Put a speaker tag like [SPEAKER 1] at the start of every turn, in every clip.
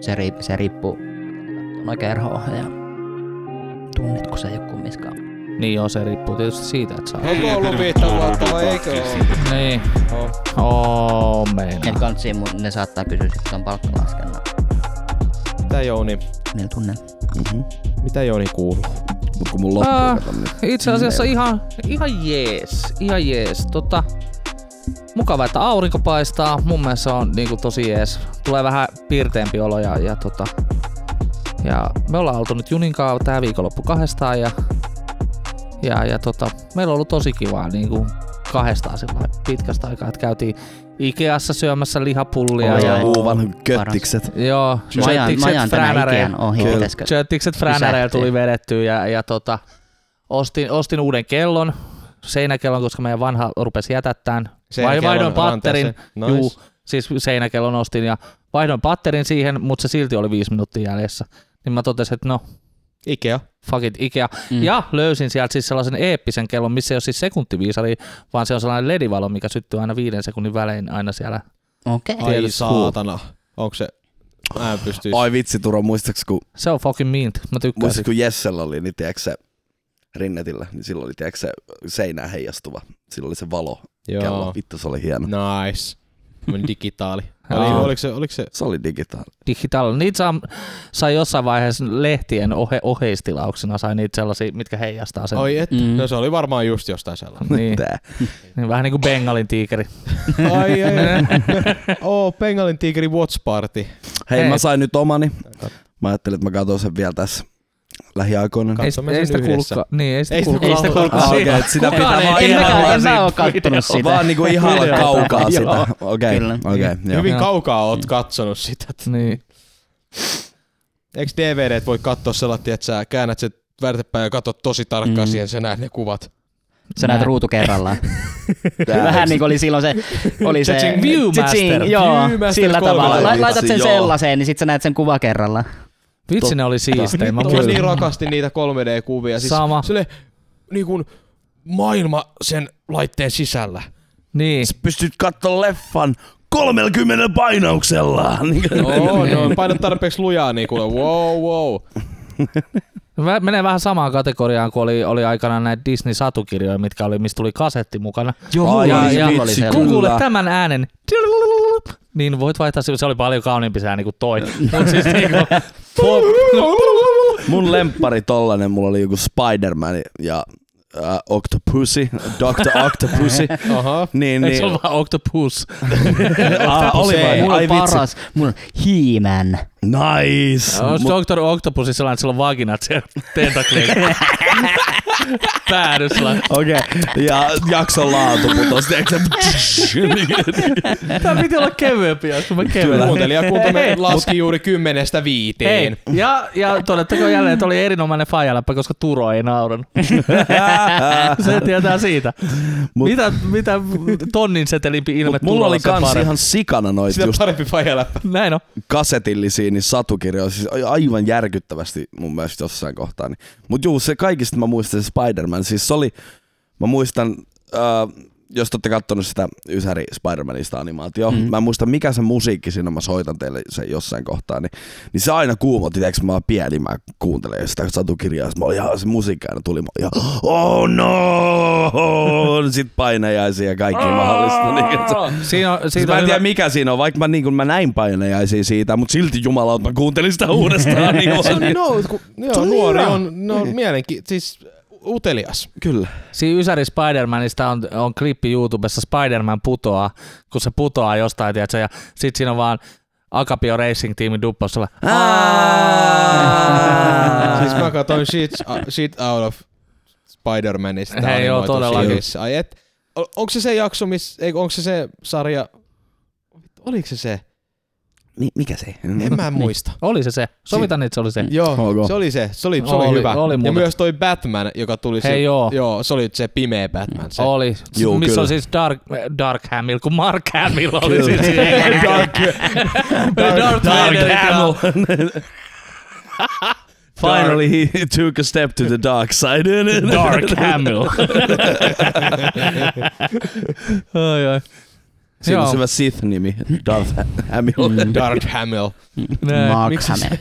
[SPEAKER 1] se, riip, se riippuu. On oikein erho-ohjaaja. Tunnitko se ei ole kumminkaan?
[SPEAKER 2] Niin joo, se riippuu tietysti siitä, että saa.
[SPEAKER 3] Onko ollut viittä vuotta vai eikö ole?
[SPEAKER 2] Niin. Oo, meinaa.
[SPEAKER 1] Ne kantsiin, mut ne saattaa kysyä sitten on palkkalaskennan.
[SPEAKER 3] Mitä Jouni?
[SPEAKER 1] Niillä Niin tunnen.
[SPEAKER 4] Mm-hmm.
[SPEAKER 3] Mitä Jouni kuuluu?
[SPEAKER 4] Mut kun mun loppuu,
[SPEAKER 2] Äh.
[SPEAKER 4] kato nyt.
[SPEAKER 2] Itse asiassa ihan, ihan jees, ihan jees. Tota, mukava, että aurinko paistaa. Mun mielestä se on niinku tosi jees. Tulee vähän pirteempi olo ja, ja, tota, ja me ollaan oltu nyt Junin kanssa tää viikonloppu kahdestaan ja, ja, ja tota, meillä on ollut tosi kivaa niinku kahdestaan sillä lailla pitkästä aikaa, että käytiin Ikeassa syömässä lihapullia.
[SPEAKER 1] Oi,
[SPEAKER 2] ja,
[SPEAKER 1] oi.
[SPEAKER 4] Uuvan köttikset.
[SPEAKER 2] Joo,
[SPEAKER 1] Siis Majan,
[SPEAKER 2] syöttikset
[SPEAKER 1] majan tänä
[SPEAKER 2] fränärejä.
[SPEAKER 1] Ikean ohi.
[SPEAKER 4] Kyllä.
[SPEAKER 1] Pitäisikö?
[SPEAKER 2] Jettikset fränäreillä
[SPEAKER 1] Pysähtyy.
[SPEAKER 2] tuli vedettyä ja, ja tota, ostin, ostin uuden kellon, seinäkellon, koska meidän vanha rupesi jätättään. Vai, vaihdoin patterin,
[SPEAKER 3] Nice.
[SPEAKER 2] juu, siis seinäkellon ostin ja vaihdoin patterin siihen, mutta se silti oli viisi minuuttia jäljessä. Niin mä totesin, että no,
[SPEAKER 3] Ikea.
[SPEAKER 2] fuck it, Ikea. Mm. Ja löysin sieltä siis sellaisen eeppisen kellon, missä ei ole siis sekuntiviisari, vaan se on sellainen ledivalo, mikä syttyy aina viiden sekunnin välein aina siellä.
[SPEAKER 1] Okei.
[SPEAKER 3] Ai
[SPEAKER 2] Tietysti
[SPEAKER 3] saatana. Onko se? Mä en pystyis.
[SPEAKER 4] Ai vitsi Turo, muistaaks kun,
[SPEAKER 2] Se on fucking mint, mä tykkään
[SPEAKER 4] muistaaks
[SPEAKER 2] siitä.
[SPEAKER 4] kun Jessellä oli, niin tiedätkö se, Rinnetillä, niin silloin oli tiedätkö se seinään heijastuva. Silloin oli se valo kello.
[SPEAKER 3] Joo. Niin.
[SPEAKER 4] Vittu se oli hieno.
[SPEAKER 3] Nice. Tämmönen digitaali.
[SPEAKER 2] Joo.
[SPEAKER 3] Oli, oliko se, oliko se?
[SPEAKER 4] Se oli digitaalinen.
[SPEAKER 2] digitaalinen. Niitä saa, sai jossain vaiheessa lehtien ohe, oheistilauksena, sai niitä sellaisia, mitkä heijastaa sen.
[SPEAKER 3] Ai et.
[SPEAKER 1] Mm.
[SPEAKER 3] No se oli varmaan just jostain sellainen.
[SPEAKER 2] Niin,
[SPEAKER 4] Tää.
[SPEAKER 2] niin, vähän niin kuin Bengalin tiikeri.
[SPEAKER 3] Ai ai. Oo, Bengalin tiikeri watch party.
[SPEAKER 4] Hei,
[SPEAKER 2] Hei.
[SPEAKER 4] mä sain nyt omani. Mä ajattelin, että mä katson sen vielä tässä lähiaikoina.
[SPEAKER 3] Kat-
[SPEAKER 2] Ei,
[SPEAKER 3] Katsomme
[SPEAKER 2] ei
[SPEAKER 3] sen
[SPEAKER 2] sitä
[SPEAKER 3] yhdessä.
[SPEAKER 2] kuulkaa. Niin, ei sitä
[SPEAKER 3] Ei sitä
[SPEAKER 2] kuulkaa.
[SPEAKER 3] kuulkaa.
[SPEAKER 4] Ah, okei,
[SPEAKER 2] siinä.
[SPEAKER 4] et sitä
[SPEAKER 2] Kukaan
[SPEAKER 4] pitää
[SPEAKER 2] ei-
[SPEAKER 4] vaan
[SPEAKER 2] en
[SPEAKER 4] ihailla
[SPEAKER 2] mäkään- en
[SPEAKER 4] sitä.
[SPEAKER 2] mä oo kattonut sitä.
[SPEAKER 4] Vaan niinku ihailla
[SPEAKER 2] Videota.
[SPEAKER 4] kaukaa
[SPEAKER 2] Joo.
[SPEAKER 4] sitä. Okei,
[SPEAKER 1] Kyllä.
[SPEAKER 4] okei. joo.
[SPEAKER 3] Hyvin
[SPEAKER 2] Joo.
[SPEAKER 3] kaukaa oot katsonut sitä.
[SPEAKER 2] Niin.
[SPEAKER 3] Eikö DVDt voi katsoa sellainen, että sä käännät sen värtepäin ja katsot tosi tarkkaan
[SPEAKER 1] Mm.
[SPEAKER 3] siihen, sä näet ne kuvat.
[SPEAKER 1] Sä näet ruutu kerrallaan.
[SPEAKER 4] Tää.
[SPEAKER 1] Vähän niin kuin oli silloin se... Oli se
[SPEAKER 2] Cha-ching, Viewmaster.
[SPEAKER 1] Cha-ching, Joo,
[SPEAKER 3] Viewmaster
[SPEAKER 1] sillä
[SPEAKER 3] kolme
[SPEAKER 1] tavalla.
[SPEAKER 4] vai
[SPEAKER 1] La- laitat
[SPEAKER 4] vitsi,
[SPEAKER 1] sen
[SPEAKER 4] joo.
[SPEAKER 1] sellaiseen, niin sit sä näet sen kuva kerrallaan.
[SPEAKER 2] Vitsi ne oli siistejä. Mä
[SPEAKER 3] Mä niin
[SPEAKER 2] muistan.
[SPEAKER 3] rakasti niitä 3D-kuvia. Siis
[SPEAKER 2] Sama.
[SPEAKER 3] Sille, niin kuin maailma sen laitteen sisällä.
[SPEAKER 2] Niin.
[SPEAKER 4] Sä pystyt katsoa leffan 30 painauksella.
[SPEAKER 3] Joo, no, painat tarpeeksi lujaa, niin kuule, wow, wow.
[SPEAKER 2] Mä- Menee vähän samaan kategoriaan kuin oli, oli aikanaan näitä Disney-satukirjoja, mitkä oli, mistä tuli kasetti mukana.
[SPEAKER 4] Joo,
[SPEAKER 2] Ai, ja- ja-
[SPEAKER 4] vitsi,
[SPEAKER 1] kun
[SPEAKER 2] Kun
[SPEAKER 4] kyllä.
[SPEAKER 2] kuulet tämän äänen, niin voit vaihtaa se, se oli paljon kauniimpi se ääni kuin toi. Mut siis niinku,
[SPEAKER 4] Mun lemppari tollanen, mulla oli joku Spider-Man ja äh, Octopussy, Dr. Octopussy.
[SPEAKER 3] Aha.
[SPEAKER 4] niin,
[SPEAKER 2] Eikö se
[SPEAKER 4] niin.
[SPEAKER 2] ole vaan Octopus?
[SPEAKER 4] Ah, oli vai?
[SPEAKER 1] Mulla
[SPEAKER 4] Ai
[SPEAKER 1] on
[SPEAKER 4] vitsi.
[SPEAKER 1] paras. Mulla on He-Man.
[SPEAKER 4] Nice.
[SPEAKER 2] Onko
[SPEAKER 4] Mut-
[SPEAKER 2] Doctor Octopus sellainen, että sillä on vaginat siellä tentakliin? Päädy sellainen.
[SPEAKER 4] Okei. Ja jakson laatu putosi. tiedätkö sä?
[SPEAKER 2] Tää piti olla kevyempi, jos mä
[SPEAKER 4] Kyllä.
[SPEAKER 2] kevyen.
[SPEAKER 3] Kuuntelijakunta me
[SPEAKER 2] Hei,
[SPEAKER 3] laski juuri kymmenestä viiteen.
[SPEAKER 2] Hei, ja, ja todettakoon jälleen, että oli erinomainen faijaläppä, koska Turo ei nauran. Se tietää siitä.
[SPEAKER 4] Mut-
[SPEAKER 2] mitä, mitä tonnin setelimpi ilme
[SPEAKER 4] Mut mulla oli
[SPEAKER 2] Turolla, sen
[SPEAKER 4] kans
[SPEAKER 2] parempi.
[SPEAKER 4] ihan sikana noita
[SPEAKER 3] Sitä
[SPEAKER 4] just
[SPEAKER 3] parempi fajaläppä.
[SPEAKER 2] Näin on.
[SPEAKER 4] kasetillisia niin satukirjoja, siis a- aivan järkyttävästi mun mielestä jossain kohtaa. Niin. Mut juu, se kaikista mä muistan se Spider-Man, siis se oli, mä muistan, äh, jos te ootte kattonut sitä Ysäri Spider-Manista animaatio, mm. mä en muista mikä se musiikki siinä, on, mä soitan teille sen jossain kohtaa, niin, niin se aina kuumotti, tiedätkö, mä oon pieni, mä kuuntelen sitä satukirjaa, sit mä olin ihan, se musiikki aina tuli, mä olin ihan, oh no, sit painajaisia ja kaikki mahdollista. Niin, se,
[SPEAKER 2] Siinä on,
[SPEAKER 4] Siis
[SPEAKER 2] siitä
[SPEAKER 4] mä
[SPEAKER 2] on
[SPEAKER 4] en
[SPEAKER 2] hyvä-
[SPEAKER 4] tiedä mikä siinä on, vaikka mä, niin mä näin painajaisia siitä, mutta silti jumala, mä kuuntelin sitä uudestaan. niin
[SPEAKER 3] Se on niin,
[SPEAKER 4] on.
[SPEAKER 3] no, kun,
[SPEAKER 4] Se
[SPEAKER 3] joo,
[SPEAKER 4] on
[SPEAKER 3] nuori
[SPEAKER 4] hyvä.
[SPEAKER 3] on, no, mielenki, siis utelias.
[SPEAKER 4] Kyllä.
[SPEAKER 2] Siinä Ysäri Spider-Manista on, on klippi YouTubessa, Spider-Man putoaa, kun se putoaa jostain, tiedätkö, ja sit siinä on vaan Akapio Racing-tiimin duppaus sulla.
[SPEAKER 4] Aa.
[SPEAKER 3] siis mä katsoin shit, uh, shit Out of Spider-Manista.
[SPEAKER 2] Hei,
[SPEAKER 3] animoitu
[SPEAKER 2] joo, todellakin.
[SPEAKER 3] series. Ai et, o- onko se se jakso, miss, ei, onko se se sarja, Vittu, oliko se se?
[SPEAKER 4] Mi- mikä se?
[SPEAKER 3] En mä muista.
[SPEAKER 2] Oli se se. Sovitan, että se oli se.
[SPEAKER 3] Joo,
[SPEAKER 4] Ok.
[SPEAKER 3] se oli se, se oli, se oli,
[SPEAKER 2] Oli-
[SPEAKER 3] hyvä.
[SPEAKER 2] oli
[SPEAKER 3] ja
[SPEAKER 2] muuten.
[SPEAKER 3] myös toi Batman, joka tuli
[SPEAKER 2] Hei,
[SPEAKER 3] se,
[SPEAKER 2] joo.
[SPEAKER 3] joo, se oli se pimeä Batman. Se.
[SPEAKER 2] Oli.
[SPEAKER 4] Juu,
[SPEAKER 2] missä
[SPEAKER 4] kyllä.
[SPEAKER 2] on siis Dark, Dark Hamill, kun Mark Hamill oli
[SPEAKER 4] Kyllä.
[SPEAKER 2] siis siinä. Dark, Dark,
[SPEAKER 4] Dark
[SPEAKER 2] Vader ja-
[SPEAKER 4] Hamill. Finally he took a step to the dark side.
[SPEAKER 2] Dark Hamill. oi, oi.
[SPEAKER 4] Siinä
[SPEAKER 2] Joo.
[SPEAKER 4] on se hyvä Sith-nimi, Darth Hamill.
[SPEAKER 3] Darth Hamill.
[SPEAKER 1] Mark
[SPEAKER 2] Äh,
[SPEAKER 3] miksi
[SPEAKER 2] siis-
[SPEAKER 1] Hamill.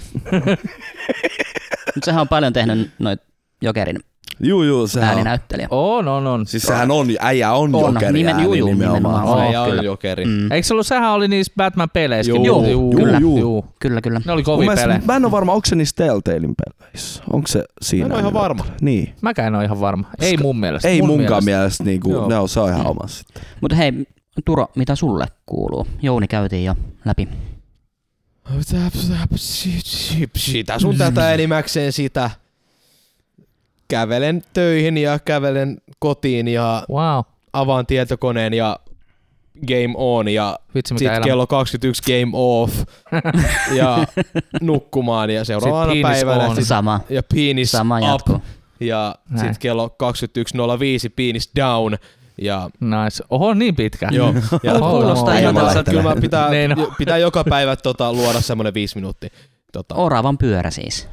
[SPEAKER 1] Mut sehän on paljon tehnyt noit Jokerin
[SPEAKER 4] Juu, juu, sehän on.
[SPEAKER 1] ääninäyttelijä.
[SPEAKER 2] On, on, on.
[SPEAKER 4] Siis sehän on, äijä on,
[SPEAKER 1] On,
[SPEAKER 4] jokeri
[SPEAKER 1] nimen- juu,
[SPEAKER 4] ääni
[SPEAKER 1] juu,
[SPEAKER 4] nimenomaan.
[SPEAKER 1] nimenomaan.
[SPEAKER 4] nimenomaan.
[SPEAKER 2] Ah,
[SPEAKER 1] Joo,
[SPEAKER 3] Äijä
[SPEAKER 1] kyllä.
[SPEAKER 3] on jokeri.
[SPEAKER 1] Mm,
[SPEAKER 2] Eikö se ollut, sehän oli niissä Batman-peleissäkin?
[SPEAKER 3] Juu,
[SPEAKER 1] kyllä.
[SPEAKER 2] juu.
[SPEAKER 4] juu.
[SPEAKER 1] kyllä, kyllä.
[SPEAKER 2] Ne oli
[SPEAKER 4] Mun
[SPEAKER 2] kovin pelejä.
[SPEAKER 4] mielestä, mä en ole varma, onko se niissä Telltalein peleissä. Onko se
[SPEAKER 3] Mä
[SPEAKER 4] siinä?
[SPEAKER 3] en ole ihan
[SPEAKER 4] nimeltä?
[SPEAKER 3] varma.
[SPEAKER 4] Niin.
[SPEAKER 2] Mäkään en ole ihan varma. Ei mun mielestä.
[SPEAKER 4] Ei
[SPEAKER 2] mun
[SPEAKER 4] munkaan mielestä, niinku,
[SPEAKER 3] Joo.
[SPEAKER 4] ne on, se on ihan omassa.
[SPEAKER 1] Mutta hei, Turo, mitä sulle kuuluu? Jouni käytiin jo läpi.
[SPEAKER 2] Mm.
[SPEAKER 3] Sitä sun tätä enimmäkseen sitä. Kävelen töihin ja kävelen kotiin ja
[SPEAKER 2] Wow.
[SPEAKER 3] avaan tietokoneen ja game on ja
[SPEAKER 2] Vitsi mikä
[SPEAKER 3] sitten
[SPEAKER 2] elämä.
[SPEAKER 3] kello 21 game off ja nukkumaan ja seuraavana
[SPEAKER 2] Sit penis
[SPEAKER 3] päivänä
[SPEAKER 2] on.
[SPEAKER 3] sit-
[SPEAKER 1] Sama,
[SPEAKER 3] ja penis
[SPEAKER 1] sama
[SPEAKER 3] up
[SPEAKER 1] jatkuu.
[SPEAKER 3] ja
[SPEAKER 2] Näin.
[SPEAKER 3] sitten kello 21.05 penis down ja
[SPEAKER 2] Nice. Oho, niin pitkä.
[SPEAKER 3] Joo. Ja
[SPEAKER 2] Oho,
[SPEAKER 1] kuulostaa
[SPEAKER 3] ja
[SPEAKER 1] ihan
[SPEAKER 3] tota,
[SPEAKER 1] tältä.
[SPEAKER 3] Kyllä mä pitää,
[SPEAKER 2] Niin on.
[SPEAKER 3] jo- pitää joka päivä tota, luoda semmoinen viisi minuuttia. Tota,
[SPEAKER 1] Oravan pyörä siis.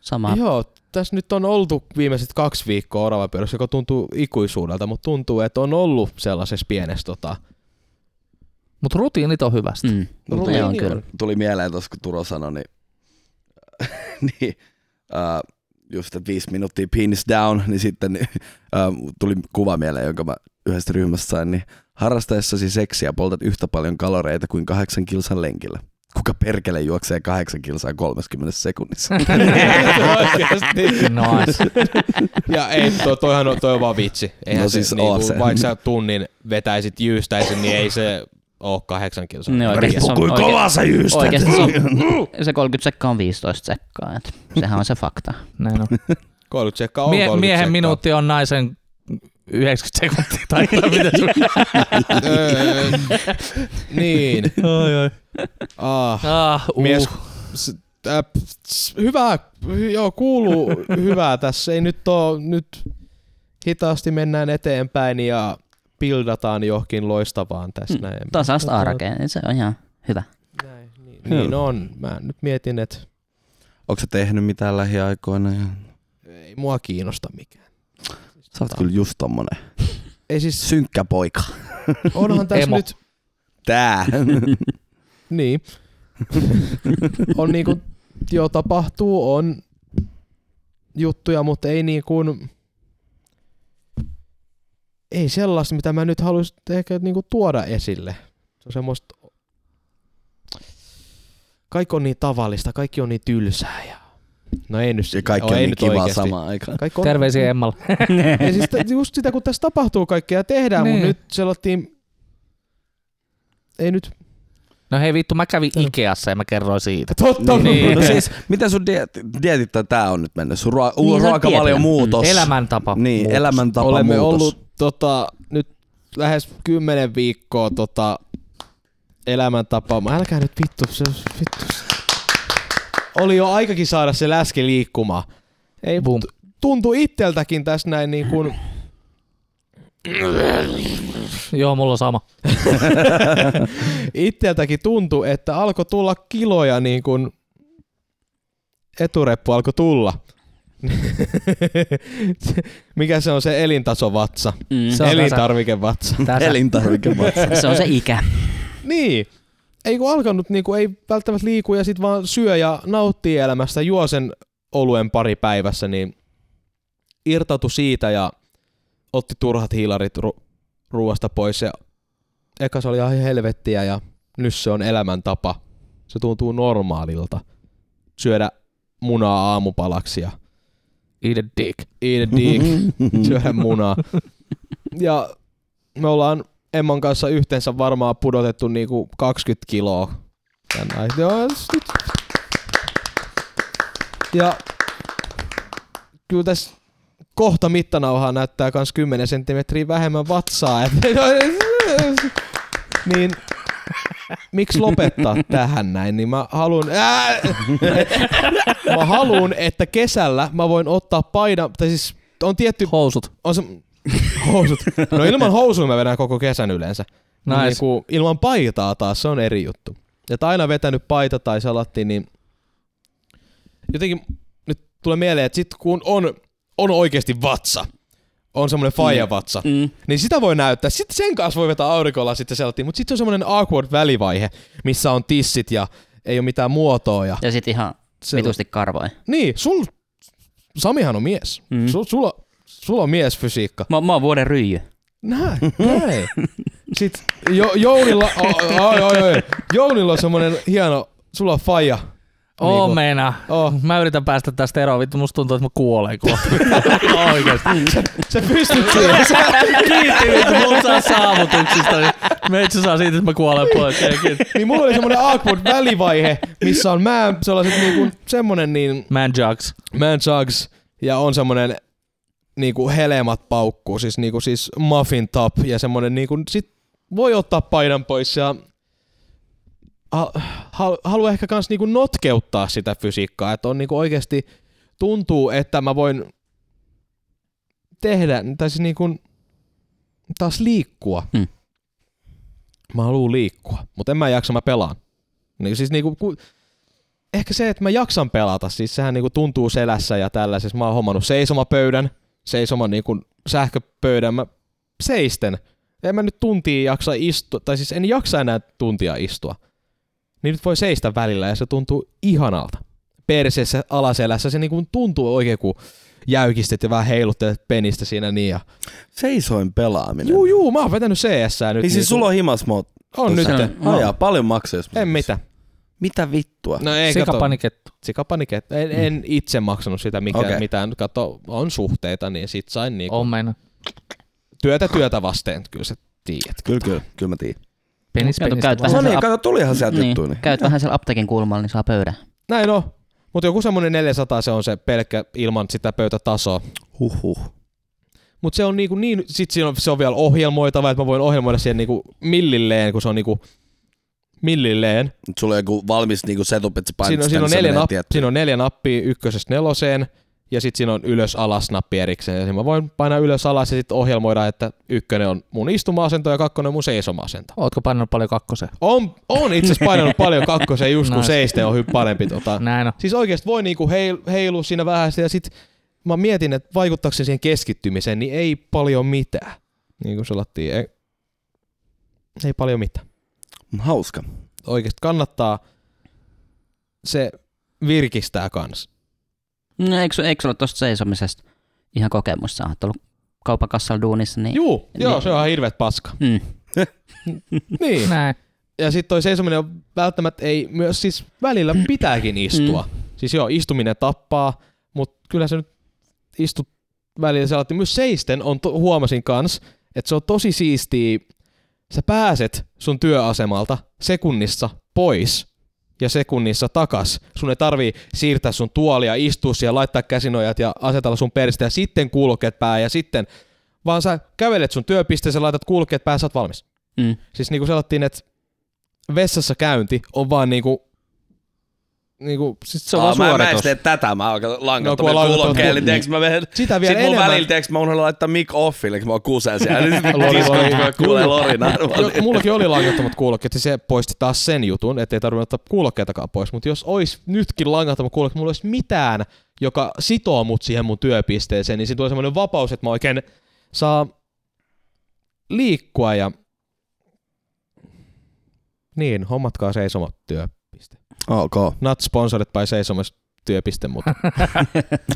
[SPEAKER 1] Sama.
[SPEAKER 3] Joo, tässä nyt on oltu viimeiset kaksi viikkoa oravapyörässä, joka tuntuu ikuisuudelta, mutta tuntuu, että on ollut sellaisessa pienessä tota,
[SPEAKER 2] Mut rutiinit on hyvästä.
[SPEAKER 1] Mm. Mutta
[SPEAKER 3] Rutiini
[SPEAKER 1] joo,
[SPEAKER 3] on.
[SPEAKER 1] kyllä.
[SPEAKER 4] tuli niin mieleen tuossa, kun Turo sanoi, niin, niin äh, just että viisi minuuttia penis down, niin sitten äh, tuli kuva mieleen, jonka mä yhdestä ryhmästä sain, niin harrastaessasi seksiä poltat yhtä paljon kaloreita kuin kahdeksan kilsan lenkillä. Kuka perkele juoksee kahdeksan kilsaa 30 sekunnissa?
[SPEAKER 1] No,
[SPEAKER 3] Oikeesti.
[SPEAKER 2] Nice.
[SPEAKER 3] Ja ei, toi, toihan on, toi on vaan vitsi. Eihän
[SPEAKER 4] No
[SPEAKER 3] se,
[SPEAKER 4] siis
[SPEAKER 3] niinku,
[SPEAKER 4] oo se.
[SPEAKER 3] Vaikka sä tunnin vetäisit jyystäisin, niin ei se oo kahdeksan kilsaa.
[SPEAKER 1] No oikeesti
[SPEAKER 4] Riippuu
[SPEAKER 1] se on
[SPEAKER 4] kuin
[SPEAKER 1] oikee-
[SPEAKER 4] kovaa sä jyystät.
[SPEAKER 1] Oikeasti se, on, se 30 sekkaa on 15 sekkaa. Et sehän on se fakta.
[SPEAKER 2] Näin on.
[SPEAKER 3] 30 sekkaa on
[SPEAKER 2] Mie-
[SPEAKER 3] 30
[SPEAKER 2] miehen
[SPEAKER 3] sekkaa.
[SPEAKER 2] minuutti on naisen 90 sekuntia tai mitä se
[SPEAKER 3] Öö, niin.
[SPEAKER 2] Oi, oi.
[SPEAKER 3] Ah,
[SPEAKER 2] Ah, uh.
[SPEAKER 3] mies. S- äh, s- Hyvää, hy- joo, kuuluu hyvää tässä. Ei nyt oo, nyt hitaasti mennään eteenpäin ja pildataan johonkin loistavaan tässä
[SPEAKER 1] Mm,
[SPEAKER 3] näin.
[SPEAKER 1] Tasasta
[SPEAKER 3] Tota,
[SPEAKER 1] arkea, niin se on ihan hyvä.
[SPEAKER 3] näin, niin- Niin on. Mä nyt mietin, että
[SPEAKER 4] Onko sä tehnyt mitään lähiaikoina?
[SPEAKER 3] ei mua kiinnosta mikään.
[SPEAKER 4] Sä oot kyllä just tommonen
[SPEAKER 3] Ei siis
[SPEAKER 4] synkkä poika.
[SPEAKER 3] Onhan tässä
[SPEAKER 2] Emo.
[SPEAKER 3] nyt,
[SPEAKER 4] Tää.
[SPEAKER 3] niin, on niinku, jo tapahtuu, on juttuja, mutta ei niinku, ei sellaista, mitä mä nyt haluaisin ehkä niinku tuoda esille. Se on semmoista, kaikki on niin tavallista, kaikki on niin tylsää ja, no ei nyt,
[SPEAKER 4] Ja kaikki
[SPEAKER 3] joo,
[SPEAKER 4] on
[SPEAKER 3] ei
[SPEAKER 4] niin
[SPEAKER 3] nyt
[SPEAKER 4] kivaa
[SPEAKER 3] oikeesti.
[SPEAKER 4] samaan aikaan.
[SPEAKER 3] Kaikki on,
[SPEAKER 2] Terveisiä Emmalle.
[SPEAKER 3] ei siis t- just sitä, kun tässä tapahtuu kaikkea ja tehdään, niin.
[SPEAKER 2] Niin.
[SPEAKER 3] mutta nyt sellattiin, ei nyt,
[SPEAKER 2] No hei vittu, mä kävin Ikeassa ja mä kerroin siitä.
[SPEAKER 3] totta,
[SPEAKER 2] Niin.
[SPEAKER 4] No siis, mitä sun diet, dietit tai tää on nyt mennyt? Sun ruo-
[SPEAKER 1] Niin,
[SPEAKER 4] niin,
[SPEAKER 1] sä oot
[SPEAKER 4] ruokavalio
[SPEAKER 1] dietillä.
[SPEAKER 4] muutos.
[SPEAKER 2] Elämäntapa.
[SPEAKER 4] Niin,
[SPEAKER 2] muutos.
[SPEAKER 4] elämäntapa
[SPEAKER 3] Olemme
[SPEAKER 4] muutos.
[SPEAKER 3] ollut tota, nyt lähes kymmenen viikkoa tota, elämäntapaa. Mä- Älkää nyt vittu, se vittu. Oli jo aikakin saada se läski liikkumaan. Ei,
[SPEAKER 2] Boom.
[SPEAKER 3] tuntui itseltäkin tässä näin niin kuin,
[SPEAKER 2] Joo, mulla on sama.
[SPEAKER 3] itseltäkin tuntui, että alkoi tulla kiloja niin kuin etureppu alkoi tulla. Mikä se on se elintasovatsa?
[SPEAKER 1] Mm.
[SPEAKER 2] Se on
[SPEAKER 3] Elintarvikevatsa.
[SPEAKER 2] Tässä.
[SPEAKER 4] Elintarvikematsa.
[SPEAKER 1] Se on se ikä.
[SPEAKER 3] Niin. Ei kun alkanut, niin kun ei välttämättä liiku ja sit vaan syö ja nauttii elämästä, juo sen oluen pari päivässä, niin irtautu siitä ja otti turhat hiilarit ru- ruoasta pois ja eka se oli ihan helvettiä ja nyt se on elämäntapa. Se tuntuu normaalilta. Syödä munaa aamupalaksi ja
[SPEAKER 2] Eat a dick.
[SPEAKER 3] eat a dick
[SPEAKER 4] Mm.
[SPEAKER 3] syödä munaa. Ja me ollaan Emman kanssa yhteensä varmaan pudotettu niinku 20 kiloa. Tänään. Joo, s- nyt. Ja kyllä tässä kohta mittanauhaa näyttää kans 10 senttimetriä vähemmän vatsaa. Et, No, niin miksi lopettaa tähän näin, niin mä haluan, ää, mä haluan, että kesällä mä voin ottaa paidan, tai siis on tietty
[SPEAKER 2] Housut.
[SPEAKER 3] on se... Housut. No ilman housuja mä vedän koko kesän yleensä.
[SPEAKER 2] Nice.
[SPEAKER 3] Niin kuin ilman paitaa taas se on eri juttu. Että aina vetänyt paita tai salatti, niin jotenkin nyt tulee mieleen, että sit kun on, on oikeasti vatsa, on semmoinen faijavatsa, mm.
[SPEAKER 4] Mm.
[SPEAKER 3] niin sitä voi näyttää. Sitten sen kanssa voi vetää aurinkolla sitten seltiin, mutta sitten se on semmoinen awkward välivaihe, missä on tissit ja ei ole mitään muotoa. Ja...
[SPEAKER 1] Ja sit ihan
[SPEAKER 3] Se-
[SPEAKER 1] vitusti karvoin.
[SPEAKER 3] Niin, sul... Samihan on mies. Mm.
[SPEAKER 1] Mm.
[SPEAKER 3] Sul, sulla, sulla on miesfysiikka.
[SPEAKER 1] Mä, mä oon vuoden ryijy.
[SPEAKER 3] Näin, näin. Sitten jo, Jounilla, o- oi, oi, oi. Jounilla on semmoinen hieno, sulla on faija.
[SPEAKER 2] Oon
[SPEAKER 3] Niinku-
[SPEAKER 2] meinaa.
[SPEAKER 3] Oh,
[SPEAKER 2] Mä yritän päästä tästä eroon. Vittu, musta tuntuu, että mä kuolen kohta. Oikeesti.
[SPEAKER 3] sä pystyt siihen. Sä-
[SPEAKER 2] Kiitti vittu mun saa saavutuksista. niin Meitsi saa siitä, että mä kuolen pois. Ei, kiitti.
[SPEAKER 3] Niin mulla oli semmoinen awkward välivaihe, missä on mä sellaiset niinku, semmonen niin
[SPEAKER 2] Man jugs.
[SPEAKER 3] man jugs ja on semmonen niinku helemat paukkuu, siis niinku siis muffin top ja semmonen niinku sit voi ottaa paidan pois ja hal, hal, haluaa ehkä kans niinku notkeuttaa sitä fysiikkaa, että on niinku oikeesti tuntuu, että mä voin tehdä, tai siis niinku taas liikkua.
[SPEAKER 1] Mm.
[SPEAKER 3] Mä haluan liikkua, mutta en mä jaksa, mä pelaan. Niin siis niinku, ku, ehkä se, että mä jaksan pelata, siis sehän niinku tuntuu selässä ja tällaisessa. Mä oon hommannut seisomapöydän, seisoman niinku sähköpöydän, mä seisten. En mä nyt tuntia jaksa istua, tai siis en jaksa enää tuntia istua. Niin nyt voi seistä välillä ja se tuntuu ihanalta. Perseessä alaselässä se niinku tuntuu oikein kun jäykistet ja vähän heiluttelet penistä siinä niin ja...
[SPEAKER 4] Seisoin pelaaminen.
[SPEAKER 3] Juu, juu, mä oon vetänyt CS nyt. niinku.
[SPEAKER 4] Niin siis sulla on himas mode.
[SPEAKER 3] on nyt.
[SPEAKER 1] Se on-
[SPEAKER 4] Ajaa, paljon maksaa, jos
[SPEAKER 3] En mitään.
[SPEAKER 4] Mitä vittua?
[SPEAKER 3] No ei, kato.
[SPEAKER 2] Sikapanikettu.
[SPEAKER 3] Sikapaniket. En, en itse maksanut sitä mikä, okay.
[SPEAKER 4] Okei.
[SPEAKER 3] mitään. Kato, on suhteita, niin sit sain niinku
[SPEAKER 2] On meinaa.
[SPEAKER 3] työtä työtä vasten. Kyllä sä tiedät.
[SPEAKER 4] Kyllä, kyllä, kyllä mä tiedän.
[SPEAKER 2] Penis,
[SPEAKER 1] Kato,
[SPEAKER 2] penis.
[SPEAKER 1] käyt
[SPEAKER 2] vaan.
[SPEAKER 4] No
[SPEAKER 1] vähän
[SPEAKER 4] niin,
[SPEAKER 1] siellä,
[SPEAKER 4] kato, tulihan sieltä
[SPEAKER 1] niin,
[SPEAKER 4] juttuja. Niin.
[SPEAKER 1] käyt vähän siellä apteekin kulmalla, niin saa pöydän.
[SPEAKER 3] Näin on. Mutta joku semmonen 400 se on se pelkkä ilman sitä pöytätasoa.
[SPEAKER 4] Huhhuh.
[SPEAKER 3] Mutta se on niinku niin, sit siinä on, se on vielä ohjelmoitava, että mä voin ohjelmoida siihen niinku millilleen, kun se on niinku millilleen.
[SPEAKER 4] Nyt sulla on joku valmis niinku setup, että sä painat
[SPEAKER 3] Siinä on, siinä, on
[SPEAKER 4] sitä, niin se
[SPEAKER 3] neljä
[SPEAKER 4] menee
[SPEAKER 3] napp,
[SPEAKER 4] tiettyyn.
[SPEAKER 3] siinä on neljä nappia ykkösestä neloseen ja sitten siinä on ylös alas nappi erikseen. Ja sit mä voin painaa ylös alas ja sitten ohjelmoida, että ykkönen on mun istuma-asento ja kakkonen on mun seisoma-asento.
[SPEAKER 2] Ootko pannut paljon kakkosen?
[SPEAKER 3] On, on itse asiassa painanut paljon kakkosen just kun
[SPEAKER 2] Nice.
[SPEAKER 3] seiste on hy- parempi. Tota.
[SPEAKER 2] Näin on.
[SPEAKER 3] Siis oikeasti voi niinku heil, heilua siinä vähän ja sit mä mietin, että vaikuttaako se siihen keskittymiseen, niin ei paljon mitään. Niin kuin salattiin, ei, ei paljon mitään.
[SPEAKER 4] Hauska.
[SPEAKER 3] Oikeasti kannattaa se virkistää kans.
[SPEAKER 1] No, eikö, su- eikö sulla tosta seisomisesta ihan kokemus? Sä oot ollut kaupakassalla duunissa, niin...
[SPEAKER 3] Juu, joo,
[SPEAKER 1] Niin.
[SPEAKER 3] se on ihan hirveet paska.
[SPEAKER 1] Mm.
[SPEAKER 3] Niin.
[SPEAKER 2] Näin.
[SPEAKER 3] Ja sitten toi seisominen on välttämättä ei myös, siis välillä pitääkin istua. Mm. Siis joo, istuminen tappaa, mutta kyllä se nyt istut välillä se alatti. Myös seisten on, to, huomasin kans, että se on tosi siistiä. Sä pääset sun työasemalta sekunnissa pois ja sekunnissa takas. Sun ei tarvii siirtää sun tuolia, istua siellä, laittaa käsinojat ja asetella sun peristä ja sitten kulket pää ja sitten vaan sä kävelet sun työpisteeseen, laitat kulkeet pää, sä oot valmis.
[SPEAKER 1] Mm.
[SPEAKER 3] Siis niinku sanottiin, että vessassa käynti on vaan niinku... Niinku, siis se on vaan
[SPEAKER 4] Aa, mä, mä en
[SPEAKER 3] suoritus.
[SPEAKER 4] tee tätä, mä alkan
[SPEAKER 3] No,
[SPEAKER 4] langattomia
[SPEAKER 3] kun on
[SPEAKER 4] no,
[SPEAKER 3] langattomat
[SPEAKER 4] kulokkeja,
[SPEAKER 3] kul-
[SPEAKER 4] niin tiiäks mä menen...
[SPEAKER 3] Sitä vielä
[SPEAKER 4] Sitten mun
[SPEAKER 3] enemmän.
[SPEAKER 4] välillä, tiiäks mä unohdan laittaa mic offille, kun mä oon kusen siellä. Nyt
[SPEAKER 3] Lori,
[SPEAKER 4] diskot,
[SPEAKER 3] lori.
[SPEAKER 4] kun mä kuulen
[SPEAKER 3] Juu.
[SPEAKER 4] lorin
[SPEAKER 3] Jo,
[SPEAKER 4] arvoa.
[SPEAKER 3] No, mullakin oli langattomat kulokkeet ja se poisti taas sen jutun, ettei tarvinnut ottaa kulokkeitakaan pois. Mutta jos ois nytkin langattomat kulokkeet, mulla olisi mitään, joka sitoo mut siihen mun työpisteeseen, niin siinä tulee semmoinen vapaus, että mä oikein saa liikkua ja... Niin, hommatkaa seisomat työ.
[SPEAKER 4] Ok,
[SPEAKER 3] Not sponsored by seisomas työpiste, mutta...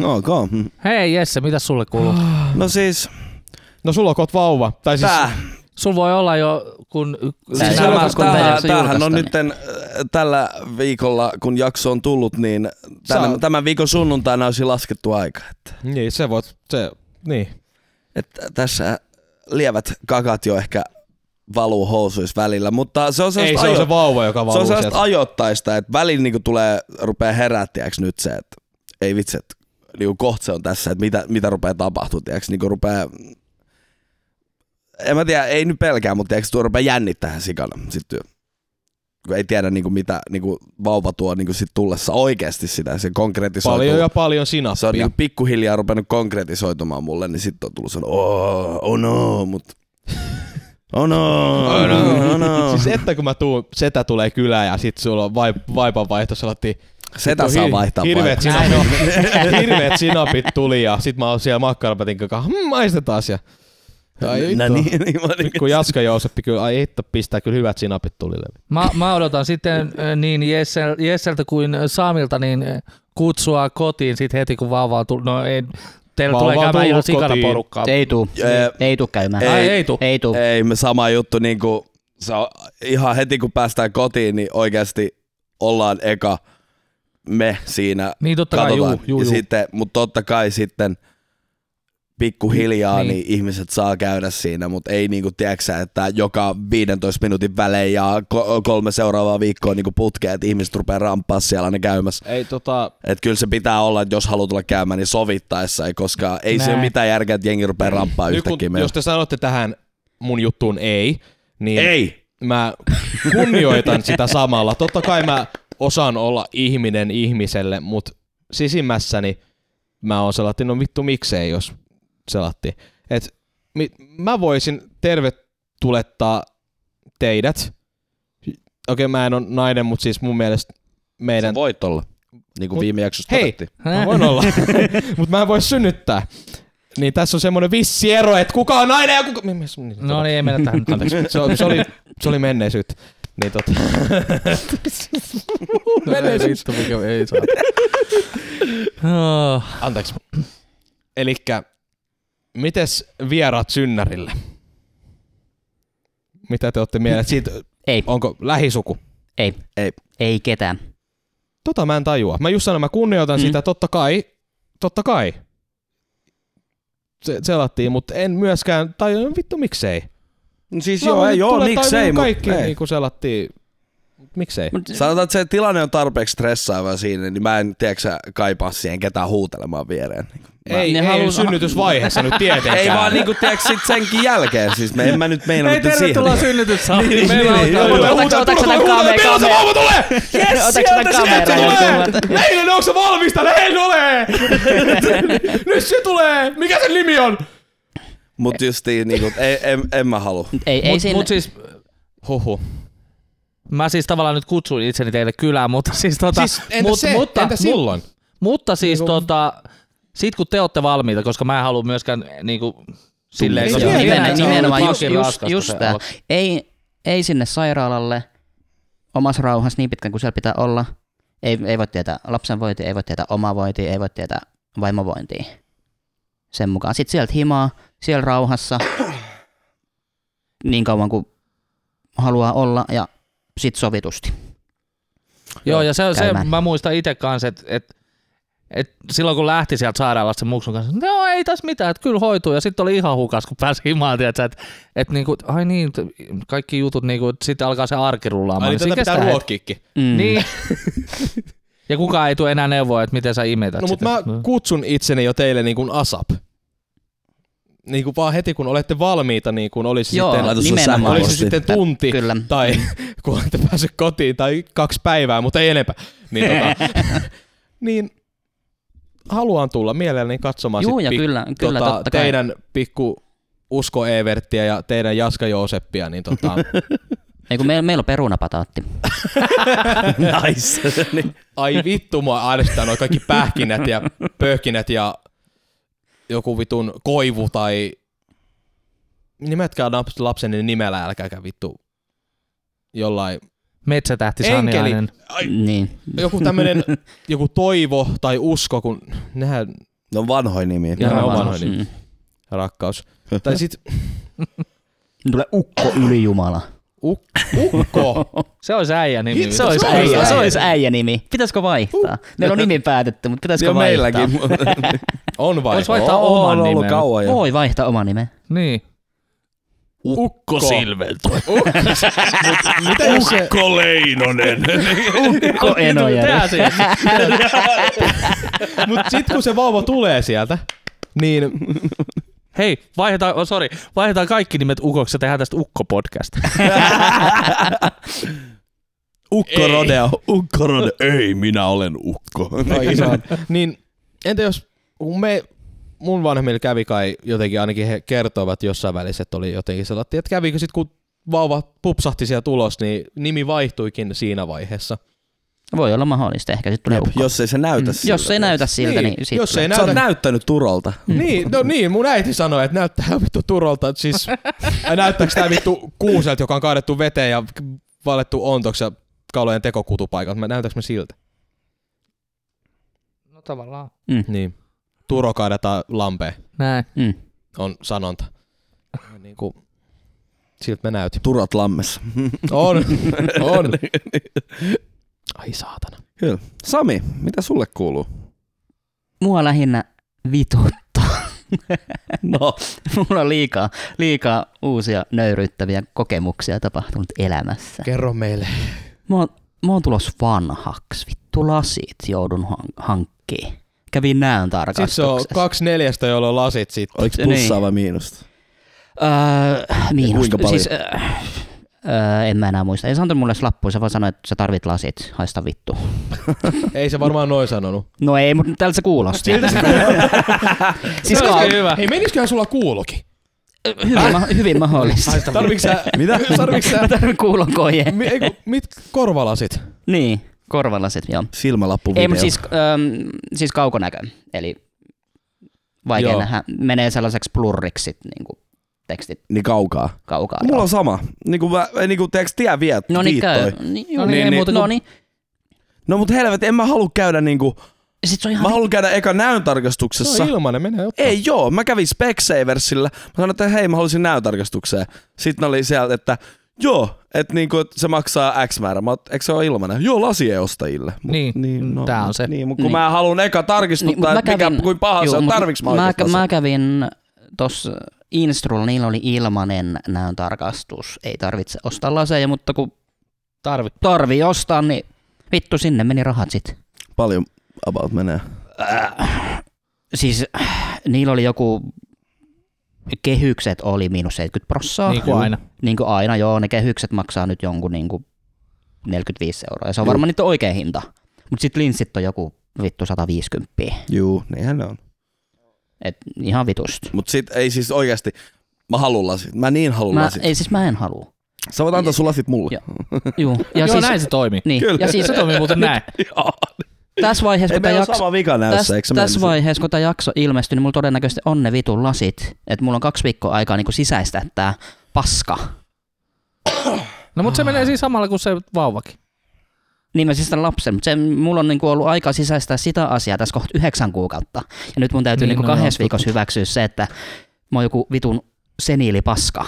[SPEAKER 4] ok. Mm.
[SPEAKER 2] Hei Jesse, mitä sulle kuuluu?
[SPEAKER 4] No siis,
[SPEAKER 3] No sulla on kot vauva. Tai siis...
[SPEAKER 4] tää.
[SPEAKER 2] Sulla voi olla jo, kun...
[SPEAKER 1] Tää ei
[SPEAKER 4] Siis
[SPEAKER 1] ole
[SPEAKER 4] tämä,
[SPEAKER 1] koskaan
[SPEAKER 4] tämähän,
[SPEAKER 1] televisiossa
[SPEAKER 4] tämähän on
[SPEAKER 1] julkaista,
[SPEAKER 4] nytten äh, tällä viikolla, kun jakso on tullut, niin tämän,
[SPEAKER 3] Saa-
[SPEAKER 4] tämän viikon sunnuntaina olisi laskettu aika.
[SPEAKER 3] Niin, se voit... Se, niin.
[SPEAKER 4] Et tässä lievät kakat jo ehkä valuu housuissa välillä, mutta se on
[SPEAKER 3] Ei
[SPEAKER 4] sellaista,
[SPEAKER 3] se on
[SPEAKER 4] ajo-
[SPEAKER 3] se vauva, joka
[SPEAKER 4] se
[SPEAKER 3] valuu
[SPEAKER 4] on
[SPEAKER 3] sieltä.
[SPEAKER 4] sellaista ajoittaista, että välillä niinku tulee, rupeaa herää, tiiäks, nyt se, että ei vitsi, että niinku kohta se on tässä, että mitä, mitä rupeaa tapahtua, tiiäks, niinku rupeaa, en mä tiedä, ei nyt pelkää, mutta tiiäks, tuo rupeaa jännittämään sikana, sitten kun ei tiedä niinku, mitä niinku vauva tuo niinku sit tullessa oikeasti sitä, se konkretisoituu.
[SPEAKER 3] Paljon ja paljon
[SPEAKER 4] Se on
[SPEAKER 3] sinappia.
[SPEAKER 4] niinku pikkuhiljaa rupenut konkretisoitumaan mulle, niin sitten on tullut sellainen, oh, oh no, mut... Oh no, oh no, oh no.
[SPEAKER 3] Siis että kun mä tuun, setä tulee kylään ja sit sulla on vaip, vaipan vaihto, se
[SPEAKER 4] Setä saa vaihtaa
[SPEAKER 3] Hirveet
[SPEAKER 4] paikkaa.
[SPEAKER 2] Näin
[SPEAKER 3] sinapit, hirveet sinapit tuli ja sit mä oon siellä makkarapätin kanssa, hmm, maistetaan ja Ai
[SPEAKER 4] Nä,
[SPEAKER 3] vittu.
[SPEAKER 4] niin, niin, mä-
[SPEAKER 3] Pikku Jaska Jooseppi kyllä, ai hitto, pistää kyllä hyvät sinapit tulille.
[SPEAKER 2] Mä, mä odotan sitten äh, niin Jessel, Jesseltä kuin Samilta niin äh, kutsua kotiin sit heti kun vauva on tullut. No ei, teillä
[SPEAKER 3] Vauva
[SPEAKER 2] tulee
[SPEAKER 3] on
[SPEAKER 2] käymään ihan
[SPEAKER 3] tullut
[SPEAKER 2] sikana
[SPEAKER 3] kotiin.
[SPEAKER 2] porukkaa.
[SPEAKER 1] Ei tuu.
[SPEAKER 4] Jee.
[SPEAKER 1] Ei tuu käymään.
[SPEAKER 4] Ei.
[SPEAKER 2] Ai, ei tuu.
[SPEAKER 1] Ei tuu.
[SPEAKER 4] Ei, me sama juttu, niin kuin, se on ihan heti kun päästään kotiin, niin oikeasti ollaan eka me siinä.
[SPEAKER 2] Niin totta kai, juu,
[SPEAKER 4] Katsotaan.
[SPEAKER 2] juu,
[SPEAKER 4] ja
[SPEAKER 2] juu.
[SPEAKER 4] sitten, mutta totta kai sitten pikkuhiljaa
[SPEAKER 2] Niin.
[SPEAKER 4] niin. niin ihmiset saa käydä siinä, mutta ei niinku tiedäksä, että joka 15 minuutin välein ja ko- kolme seuraavaa viikkoa niinku putkeen, että ihmiset rupeaa ramppaa siellä aina käymässä.
[SPEAKER 3] Ei tota,
[SPEAKER 4] Et kyllä se pitää olla, että jos haluaa tulla käymään, niin sovittaessa, ei, koska ei se
[SPEAKER 2] Näin.
[SPEAKER 4] ole mitään järkeä, että jengi rupeaa ramppaa
[SPEAKER 3] nyt kun,
[SPEAKER 4] yhtäkkiä. meillä.
[SPEAKER 3] jos te sanotte tähän mun juttuun ei, niin
[SPEAKER 4] Ei!
[SPEAKER 3] mä kunnioitan sitä samalla. Totta kai mä osaan olla ihminen ihmiselle, mutta sisimmässäni mä oon selatti, no vittu miksei, jos selatti. Et mi- mä voisin tervetulettaa teidät. Okei, mä en ole nainen, mutta siis mun mielestä meidän...
[SPEAKER 4] Sä voit olla. Niin kuin
[SPEAKER 3] Mut-
[SPEAKER 4] viime jaksossa
[SPEAKER 3] hei!
[SPEAKER 4] todettiin.
[SPEAKER 3] Mä voin olla, mutta mä en voi synnyttää. Niin tässä on semmoinen vissi ero, että kuka on nainen ja kuka... Mi- mi- sun-
[SPEAKER 2] No niin, ei mennä tähän nyt. Anteeksi.
[SPEAKER 3] Tota, Se, oli- se, oli, se oli menneisyyttä. Niin tota.
[SPEAKER 2] Vittu,
[SPEAKER 3] menneisyyttä.
[SPEAKER 2] mikä ei saa.
[SPEAKER 3] Anteeksi. Elikkä, mites vieraat synnärille? Mitä te olette mieltä? Siitä,
[SPEAKER 1] Ei.
[SPEAKER 3] onko lähisuku?
[SPEAKER 1] Ei.
[SPEAKER 4] Ei.
[SPEAKER 1] Ei ketään.
[SPEAKER 3] Tota mä en tajua. Mä just sanon, mä kunnioitan
[SPEAKER 1] Mm.
[SPEAKER 3] mm. sitä, totta kai. Totta kai. Se, selattiin, mutta en myöskään, tai no vittu miksei.
[SPEAKER 4] No siis
[SPEAKER 3] No,
[SPEAKER 4] joo, ei, joo,
[SPEAKER 3] tulee tajua
[SPEAKER 4] miksei, mut
[SPEAKER 3] Kaikki
[SPEAKER 4] ei.
[SPEAKER 3] niinku selattiin, Mut miksei.
[SPEAKER 1] Mut,
[SPEAKER 4] Sanotaan, että se tilanne on tarpeeksi stressaava siinä, niin mä en, tiedätkö sä, kaipaa siihen ketään huutelemaan viereen.
[SPEAKER 3] ei,
[SPEAKER 1] ne
[SPEAKER 3] ei
[SPEAKER 1] halus-
[SPEAKER 3] synnytysvaiheessa nyt tietenkään.
[SPEAKER 4] Ei vaan niinku, tiedätkö, sit senkin jälkeen. Siis me en mä nyt meinaa nyt siihen.
[SPEAKER 2] synnytyssaliin.
[SPEAKER 4] Niin,
[SPEAKER 2] Meillä
[SPEAKER 4] niin,
[SPEAKER 2] alkaa
[SPEAKER 4] joo,
[SPEAKER 2] olla-
[SPEAKER 1] Otatko-
[SPEAKER 3] Huutaa,
[SPEAKER 1] otatko
[SPEAKER 3] tulla,
[SPEAKER 1] tän
[SPEAKER 3] tulla,
[SPEAKER 1] kameraan?
[SPEAKER 3] Milloin se vauva tulee? Yes,
[SPEAKER 1] Otatko tän
[SPEAKER 3] sieltä, sieltä se
[SPEAKER 1] kameraan?
[SPEAKER 3] tulee! Eilen, onko se valmis tänne? En ole! Nyt se tulee! Mikä sen nimi on?
[SPEAKER 4] Mut justiin niinku, et ei, en, en mä halua.
[SPEAKER 1] ei, ei
[SPEAKER 2] Mut,
[SPEAKER 1] siinä.
[SPEAKER 2] mut siis,
[SPEAKER 3] Huhu.
[SPEAKER 2] mä siis tavallaan nyt kutsuin itseni teille kylään, mutta siis tota...
[SPEAKER 3] Siis entä
[SPEAKER 2] mut,
[SPEAKER 3] se?
[SPEAKER 2] Mutta,
[SPEAKER 3] Entä silloin?
[SPEAKER 2] Mutta siis
[SPEAKER 3] Niinku-
[SPEAKER 2] tota, sit kun te olette valmiita, koska mä en halua myöskään niinku silleen...
[SPEAKER 4] Ei,
[SPEAKER 2] koska-
[SPEAKER 3] nimenomaan,
[SPEAKER 2] Tiedän, että se on
[SPEAKER 1] nimenomaan
[SPEAKER 2] nyt
[SPEAKER 1] just-
[SPEAKER 2] lakin
[SPEAKER 1] just-
[SPEAKER 2] raskasta
[SPEAKER 1] just
[SPEAKER 2] se
[SPEAKER 1] tää.
[SPEAKER 2] olla.
[SPEAKER 1] Ei, ei sinne sairaalalle omassa rauhassa niin pitkään kuin siellä pitää olla. Ei, ei voi tietää lapsen vointia, ei voi tietää oma vointia, ei voi tietää vaimo vointia. Sen mukaan. Sitten sieltä himaa, siellä rauhassa, niin kauan kuin haluaa olla ja sit sovitusti.
[SPEAKER 2] Joo, ja se, se
[SPEAKER 1] käymään.
[SPEAKER 2] mä muistan itse kanssa, että et, et silloin kun lähti sieltä sairaalasta sen muksun kanssa, no ei tässä mitään, että kyllä hoituu. Ja sitten oli ihan hukas, kun pääsi himaan, että et, et niinku, ai niin, t- kaikki jutut, niinku, sitten alkaa se arki rullaamaan.
[SPEAKER 3] Ai, niin,
[SPEAKER 2] se
[SPEAKER 3] tätä pitää
[SPEAKER 2] kestää
[SPEAKER 3] ruokkiikki.
[SPEAKER 1] Mm.
[SPEAKER 2] hetken. Niin. ja kukaan ei tule enää neuvoa, että miten sä imetät
[SPEAKER 3] No mut
[SPEAKER 2] sitä.
[SPEAKER 3] mä kutsun itseni jo teille niin kuin asap. Niin kuin vaan heti kun olette valmiita, niin kuin olisi
[SPEAKER 1] Joo,
[SPEAKER 3] sitten,
[SPEAKER 4] Laita sun
[SPEAKER 1] nimenomaan.
[SPEAKER 4] sämmä
[SPEAKER 3] olisi
[SPEAKER 4] posti.
[SPEAKER 3] sitten tunti
[SPEAKER 1] Kyllä.
[SPEAKER 3] tai kun olette päässyt kotiin tai kaksi päivää, mutta ei enempää. Niin, tota, niin haluan tulla mielelläni katsomaan
[SPEAKER 1] Juu,
[SPEAKER 3] sit
[SPEAKER 1] ja
[SPEAKER 3] pik-
[SPEAKER 1] kyllä, kyllä
[SPEAKER 3] tota,
[SPEAKER 1] totta kai.
[SPEAKER 3] teidän pikku Usko Everttiä ja teidän Jaska Jooseppia, niin tota,
[SPEAKER 1] Ei, kun meillä, meillä on perunapataatti.
[SPEAKER 4] Nice. niin.
[SPEAKER 3] ai vittu, mua ahdistaa noi kaikki pähkinät ja pöhkinät ja joku vitun koivu tai nimetkää laps- lapsenne nimellä, älkääkä vittu jollain
[SPEAKER 2] Metsätähti
[SPEAKER 3] Enkeli.
[SPEAKER 2] Saniainen.
[SPEAKER 1] Niin.
[SPEAKER 3] joku tämmönen joku toivo tai usko, kun nehän
[SPEAKER 4] Ne on vanhoja nimiä.
[SPEAKER 3] Ja ne on
[SPEAKER 2] Vanha.
[SPEAKER 3] vanhoja nimiä.
[SPEAKER 1] Mm.
[SPEAKER 3] rakkaus.
[SPEAKER 4] siis
[SPEAKER 3] Tai sit
[SPEAKER 1] Tulee ukko ylijumala.
[SPEAKER 3] uk- ukko.
[SPEAKER 2] Se olisi äijä nimi.
[SPEAKER 1] Se olisi
[SPEAKER 3] Se olisi
[SPEAKER 1] äijä, se
[SPEAKER 3] äijä.
[SPEAKER 1] olisi äijä nimi. Pitäisikö vaihtaa? Meillä on nimi päätetty, mutta
[SPEAKER 4] Se
[SPEAKER 1] pitäisikö
[SPEAKER 4] on
[SPEAKER 1] vaihtaa?
[SPEAKER 4] meilläkin.
[SPEAKER 3] On vai?
[SPEAKER 2] Vois vaihtaa
[SPEAKER 4] Oo,
[SPEAKER 2] oman
[SPEAKER 4] on ollut
[SPEAKER 2] nimen.
[SPEAKER 4] kauan jo.
[SPEAKER 1] Voi vaihtaa oma nimen.
[SPEAKER 2] Niin.
[SPEAKER 3] Ukko. Mitä jos se,
[SPEAKER 4] Ukko Leinonen.
[SPEAKER 1] Ukko Enojärvi.
[SPEAKER 2] Tää siis.
[SPEAKER 3] mut sit kun se vauva tulee sieltä, niin
[SPEAKER 2] Hei, vaihdetaan, oh, sorry, vaihdetaan kaikki nimet ukoksi ja tehdään tästä ukko-podcast.
[SPEAKER 4] Ukko Rodeo. Ukko Rodeo. Ei, minä olen ukko.
[SPEAKER 3] Ai isä. niin entä jos, kun me, mun vanhemmilla kävi kai jotenkin, ainakin he kertoivat jossain välissä, että oli jotenkin sellainen, että kävikö sitten kun vauva pupsahti sieltä ulos, niin nimi vaihtuikin siinä vaiheessa.
[SPEAKER 1] Voi olla mahdollista, ehkä sitten tulee ukko.
[SPEAKER 4] Jos ei se näytä
[SPEAKER 1] Mm, jos ei näytä siltä,
[SPEAKER 3] Niin,
[SPEAKER 1] niin, niin siitä
[SPEAKER 3] jos ei
[SPEAKER 1] tulee.
[SPEAKER 4] Se on
[SPEAKER 3] Näytä-
[SPEAKER 4] näyttänyt turolta.
[SPEAKER 3] Niin, no niin, mun äiti sanoi, että näyttää vittu turolta. että Siis, ja näyttääkö tää vittu kuuselta, joka on kaadettu veteen ja valettu ontoksi ja kalojen tekokutupaikat. Mä näytäks me siltä?
[SPEAKER 2] No tavallaan.
[SPEAKER 3] Niin. Turo kaadetaan lampeen,
[SPEAKER 2] Näin.
[SPEAKER 1] Mm.
[SPEAKER 3] on sanonta. Niin kuin, siltä mä näytin.
[SPEAKER 4] Turat lammessa.
[SPEAKER 3] On, on. Ai saatana.
[SPEAKER 4] Kyllä. Sami, mitä sulle kuuluu?
[SPEAKER 1] Mua lähinnä vituttaa. no. Mulla on liikaa, liikaa uusia nöyryyttäviä kokemuksia tapahtunut elämässä.
[SPEAKER 3] Kerro meille.
[SPEAKER 1] Mä oon, mä oon tulos vanhaksi. Vittu lasit joudun hank- hankkiin. Kävin näön
[SPEAKER 3] Sitten Siis se
[SPEAKER 1] tarkastuksessa.
[SPEAKER 3] on kaksi neljästä, jolla on lasit sit.
[SPEAKER 4] Oliko
[SPEAKER 1] Niin.
[SPEAKER 4] plussaa vai miinusta?
[SPEAKER 1] Öö, miinus.
[SPEAKER 4] Kuinka paljon?
[SPEAKER 1] Siis, öö, öö, en mä enää muista. Ei se antanut mulle lappuja, se vaan sanoi, että sä tarvit lasit. Haista vittu.
[SPEAKER 3] Ei se varmaan noin sanonut.
[SPEAKER 1] No ei, mutta tältä se kuulosti.
[SPEAKER 3] Siltä se kuulosti.
[SPEAKER 1] siis
[SPEAKER 2] Se
[SPEAKER 1] ka-
[SPEAKER 2] oli hyvä.
[SPEAKER 3] Hei, menisiköhän sulla kuulokin?
[SPEAKER 1] hyvin, ma- hyvin mahdollista.
[SPEAKER 3] Tarviiks sä...
[SPEAKER 4] Mitä?
[SPEAKER 3] Tarviiks sä...
[SPEAKER 1] Mä tarvin kuulonkoje.
[SPEAKER 3] Mi, ei, ku- mit korvalasit?
[SPEAKER 1] Niin, korvalasit, joo.
[SPEAKER 4] Silmälappu
[SPEAKER 1] Ei,
[SPEAKER 4] video.
[SPEAKER 1] mutta siis, öm, siis kaukonäkö, eli vaikea joo.
[SPEAKER 3] Joo.
[SPEAKER 1] nähdä, menee sellaiseksi plurriksi sit, niinku, tekstit
[SPEAKER 4] Niin kaukaa.
[SPEAKER 1] kaukaa.
[SPEAKER 4] Mulla
[SPEAKER 1] joo.
[SPEAKER 4] on sama. Niinku, mä, niinku teeks tie vie
[SPEAKER 1] no niin,
[SPEAKER 4] viittoi.
[SPEAKER 1] käy. Niin, no
[SPEAKER 2] Noniin, ei
[SPEAKER 1] niin,
[SPEAKER 2] muuta
[SPEAKER 1] niin,
[SPEAKER 2] kuin-
[SPEAKER 1] no niin.
[SPEAKER 4] No mut helvet, en mä halua käydä niinku...
[SPEAKER 1] Sit se on ihan niin.
[SPEAKER 4] Mä haluan käydä eka
[SPEAKER 3] Se
[SPEAKER 4] näyntarkastuksessa.
[SPEAKER 3] on ilmanen, mene ottaa.
[SPEAKER 4] Ei joo, mä kävin Specsaversilla. Mä sanoin, että hei, mä haluaisin näytarkastukseen. Sitten ne oli sieltä, että joo, että niinku, et se maksaa X määrä. Mä, oot, eikö se ole ilmanen? Joo, lasien ostajille. Mut,
[SPEAKER 2] Niin, tää on se.
[SPEAKER 4] Niin, mut kun
[SPEAKER 1] Niin.
[SPEAKER 4] mä haluan eka tarkistuttaa,
[SPEAKER 1] mut
[SPEAKER 4] niin, mikä, kuin paha se on,
[SPEAKER 1] mut
[SPEAKER 4] tarviks mä,
[SPEAKER 1] mä,
[SPEAKER 4] oikeastaan
[SPEAKER 1] mä
[SPEAKER 4] sen?
[SPEAKER 1] kävin tuossa Instrulla, niillä oli ilmanen näön tarkastus. Ei tarvitse ostaa laseja, mutta kun
[SPEAKER 2] Tarvi.
[SPEAKER 1] tarvii ostaa, niin vittu sinne meni rahat sit.
[SPEAKER 4] Paljon about menee.
[SPEAKER 1] Siis äh, niillä oli joku kehykset oli miinus 70 prossaa.
[SPEAKER 2] Niin kuin aina.
[SPEAKER 1] Niin kuin aina, joo. Ne kehykset maksaa nyt jonkun niin kuin 45 euroa. Ja se on varmaan niiden oikea hinta. Mutta sitten linssit on joku vittu 150.
[SPEAKER 4] Juu, niinhän ne on.
[SPEAKER 1] Et ihan vitust.
[SPEAKER 4] Mut sit ei siis oikeasti, mä haluan lasit. Mä niin haluan
[SPEAKER 1] Mä,
[SPEAKER 4] lasit.
[SPEAKER 1] ei siis mä en halua.
[SPEAKER 4] Sä voit antaa sun lasit mulle.
[SPEAKER 1] Joo. Juu. Ja
[SPEAKER 2] Joo,
[SPEAKER 1] siis,
[SPEAKER 2] näin se toimii.
[SPEAKER 1] Niin.
[SPEAKER 4] Kyllä.
[SPEAKER 1] Ja siis
[SPEAKER 2] Se toimii muuten näin.
[SPEAKER 1] tässä vaiheessa,
[SPEAKER 4] Ei
[SPEAKER 1] kun tämä
[SPEAKER 4] meillä ole
[SPEAKER 1] jakso,
[SPEAKER 4] sama vika näyssä,
[SPEAKER 1] tässä,
[SPEAKER 4] eikö se
[SPEAKER 1] tässä
[SPEAKER 4] mene?
[SPEAKER 1] vaiheessa, kun tämä jakso ilmestyy, niin mulla todennäköisesti on ne vitun lasit. Että mulla on kaksi viikkoa aikaa niin sisäistää tämä paska.
[SPEAKER 2] No mutta se menee siinä samalla kuin se vauvakin.
[SPEAKER 1] Niin mä sisäistän lapsen, mutta se, mulla on niin kuin ollut aikaa sisäistää sitä asiaa tässä kohta yhdeksän kuukautta. Ja nyt mun täytyy
[SPEAKER 2] Niin,
[SPEAKER 1] niin, niin
[SPEAKER 2] no joo,
[SPEAKER 1] kahdessa
[SPEAKER 2] totta.
[SPEAKER 1] viikossa hyväksyä se, että mä oon joku vitun seniilipaska.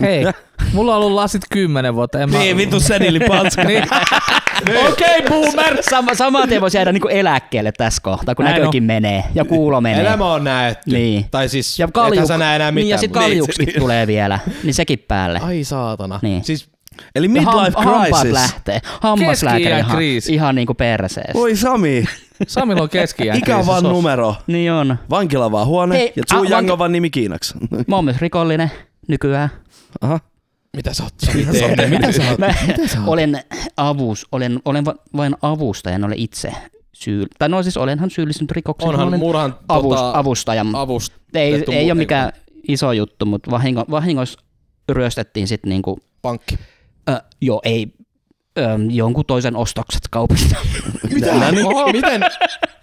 [SPEAKER 2] Hei, mulla on ollut lasit kymmenen vuotta. En
[SPEAKER 4] Niin,
[SPEAKER 2] mä...
[SPEAKER 4] senili patska.
[SPEAKER 2] Niin.
[SPEAKER 1] Okei, okay, boomer! Sama, saman tien voisi jäädä niin kuin eläkkeelle tässä kohtaa, kun
[SPEAKER 2] Näin on.
[SPEAKER 1] näkökin menee ja kuulo menee.
[SPEAKER 3] Elämä on näetty.
[SPEAKER 1] Niin.
[SPEAKER 3] Tai siis,
[SPEAKER 1] Ja
[SPEAKER 3] ethän
[SPEAKER 1] kaljuk,
[SPEAKER 3] sä näe enää mitään.
[SPEAKER 1] niin, ja sit
[SPEAKER 3] muuta.
[SPEAKER 1] kaljuksikin tulee vielä, niin sekin päälle.
[SPEAKER 3] Ai saatana.
[SPEAKER 1] Niin.
[SPEAKER 3] Siis,
[SPEAKER 4] Eli
[SPEAKER 1] Ja
[SPEAKER 4] midlife
[SPEAKER 1] hampaat
[SPEAKER 4] crisis.
[SPEAKER 1] lähtee. Hammaslääkäri
[SPEAKER 2] Keski-iän
[SPEAKER 1] ihan,
[SPEAKER 2] kriisi.
[SPEAKER 1] ihan niinku perseestä.
[SPEAKER 4] Voi Sami,
[SPEAKER 2] Samilla on keski
[SPEAKER 4] ikä on vaan numero.
[SPEAKER 1] Niin on.
[SPEAKER 4] Vankila vaan huone
[SPEAKER 1] Hei,
[SPEAKER 4] ja Zhu
[SPEAKER 1] ah,
[SPEAKER 4] Yang
[SPEAKER 1] vanki-
[SPEAKER 4] on vaan nimi Kiinaksi.
[SPEAKER 1] Mä oon myös rikollinen nykyään.
[SPEAKER 4] Aha.
[SPEAKER 3] mitä sä oot Sami, tehnyt? Mitä sä oot?
[SPEAKER 1] Mä
[SPEAKER 3] Mitä sä oot?
[SPEAKER 1] olen avus, olen, olen va- vain avustaja, en ole itse syy. Tai no siis olenhan syyllistynyt rikokseen.
[SPEAKER 3] Onhan
[SPEAKER 1] olen
[SPEAKER 3] murhan
[SPEAKER 1] avus,
[SPEAKER 3] tota,
[SPEAKER 1] avustaja. mut
[SPEAKER 3] avust.
[SPEAKER 1] Ei,
[SPEAKER 3] avustettu
[SPEAKER 1] ei
[SPEAKER 3] muu-
[SPEAKER 1] ole mikään iso juttu, mutta vahingo, vahingossa ryöstettiin sitten niinku,
[SPEAKER 3] Pankki.
[SPEAKER 1] ö, joo ei, ö, jonkun toisen ostokset kaupasta.
[SPEAKER 3] Mitä? Oho, Miten?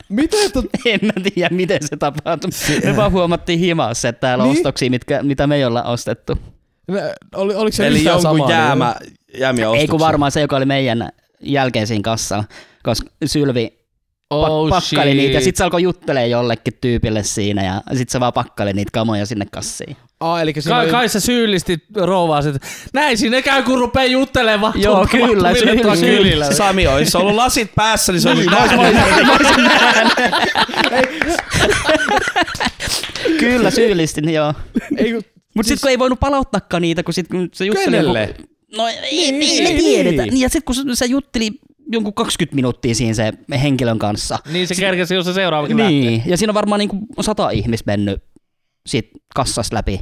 [SPEAKER 3] Miten? tot-
[SPEAKER 1] en mä tiedä, miten se tapahtui. Me vaan huomattiin himassa, että täällä on
[SPEAKER 3] Niin.
[SPEAKER 1] ostoksia, mitkä, mitä me ei olla ostettu.
[SPEAKER 3] nä- oli- Oliko se
[SPEAKER 4] Eli
[SPEAKER 3] yhtään
[SPEAKER 4] jonkun
[SPEAKER 3] samaa? niin.
[SPEAKER 4] jäämä, jäämiä
[SPEAKER 1] Ei kun
[SPEAKER 4] ostoksia.
[SPEAKER 1] varmaan se, joka oli meidän jälkeen siinä kassalla, koska Sylvi
[SPEAKER 2] Oh,
[SPEAKER 1] oh, pakkaili
[SPEAKER 2] shit.
[SPEAKER 1] niitä ja sitten se alkoi juttelee jollekin tyypille siinä ja sitten se vaan pakkaili niitä kamoja sinne kassiin.
[SPEAKER 3] Ah, eli siinä
[SPEAKER 2] Kai,
[SPEAKER 3] oli...
[SPEAKER 2] kai sä syyllisti rouvaa sit. Näin sinne käy, kun rupee juttelemaan.
[SPEAKER 1] Joo,
[SPEAKER 2] tuntemattomille
[SPEAKER 1] kyllä, syyllisti.
[SPEAKER 2] tuolla kylillä.
[SPEAKER 4] Sami olisi ollut lasit päässä, niin se olisi
[SPEAKER 1] Kyllä syyllistin, joo.
[SPEAKER 3] Ei, kun-
[SPEAKER 1] Mutta sitten kun ei voinut palauttaakaan niitä, kun, sit, kun se jutteli... joku-
[SPEAKER 3] Kenelle?
[SPEAKER 1] No ei, ei, ei
[SPEAKER 3] Niin.
[SPEAKER 1] me tiedetä. Niin, ja sitten kun se, se jutteli jonkun 20 minuuttia siinä se henkilön kanssa.
[SPEAKER 2] Niin se kerkesi, jos se seuraavakin lähtee.
[SPEAKER 1] Niin, ja siinä on varmaan niinku sata ihmistä mennyt siitä kassas läpi.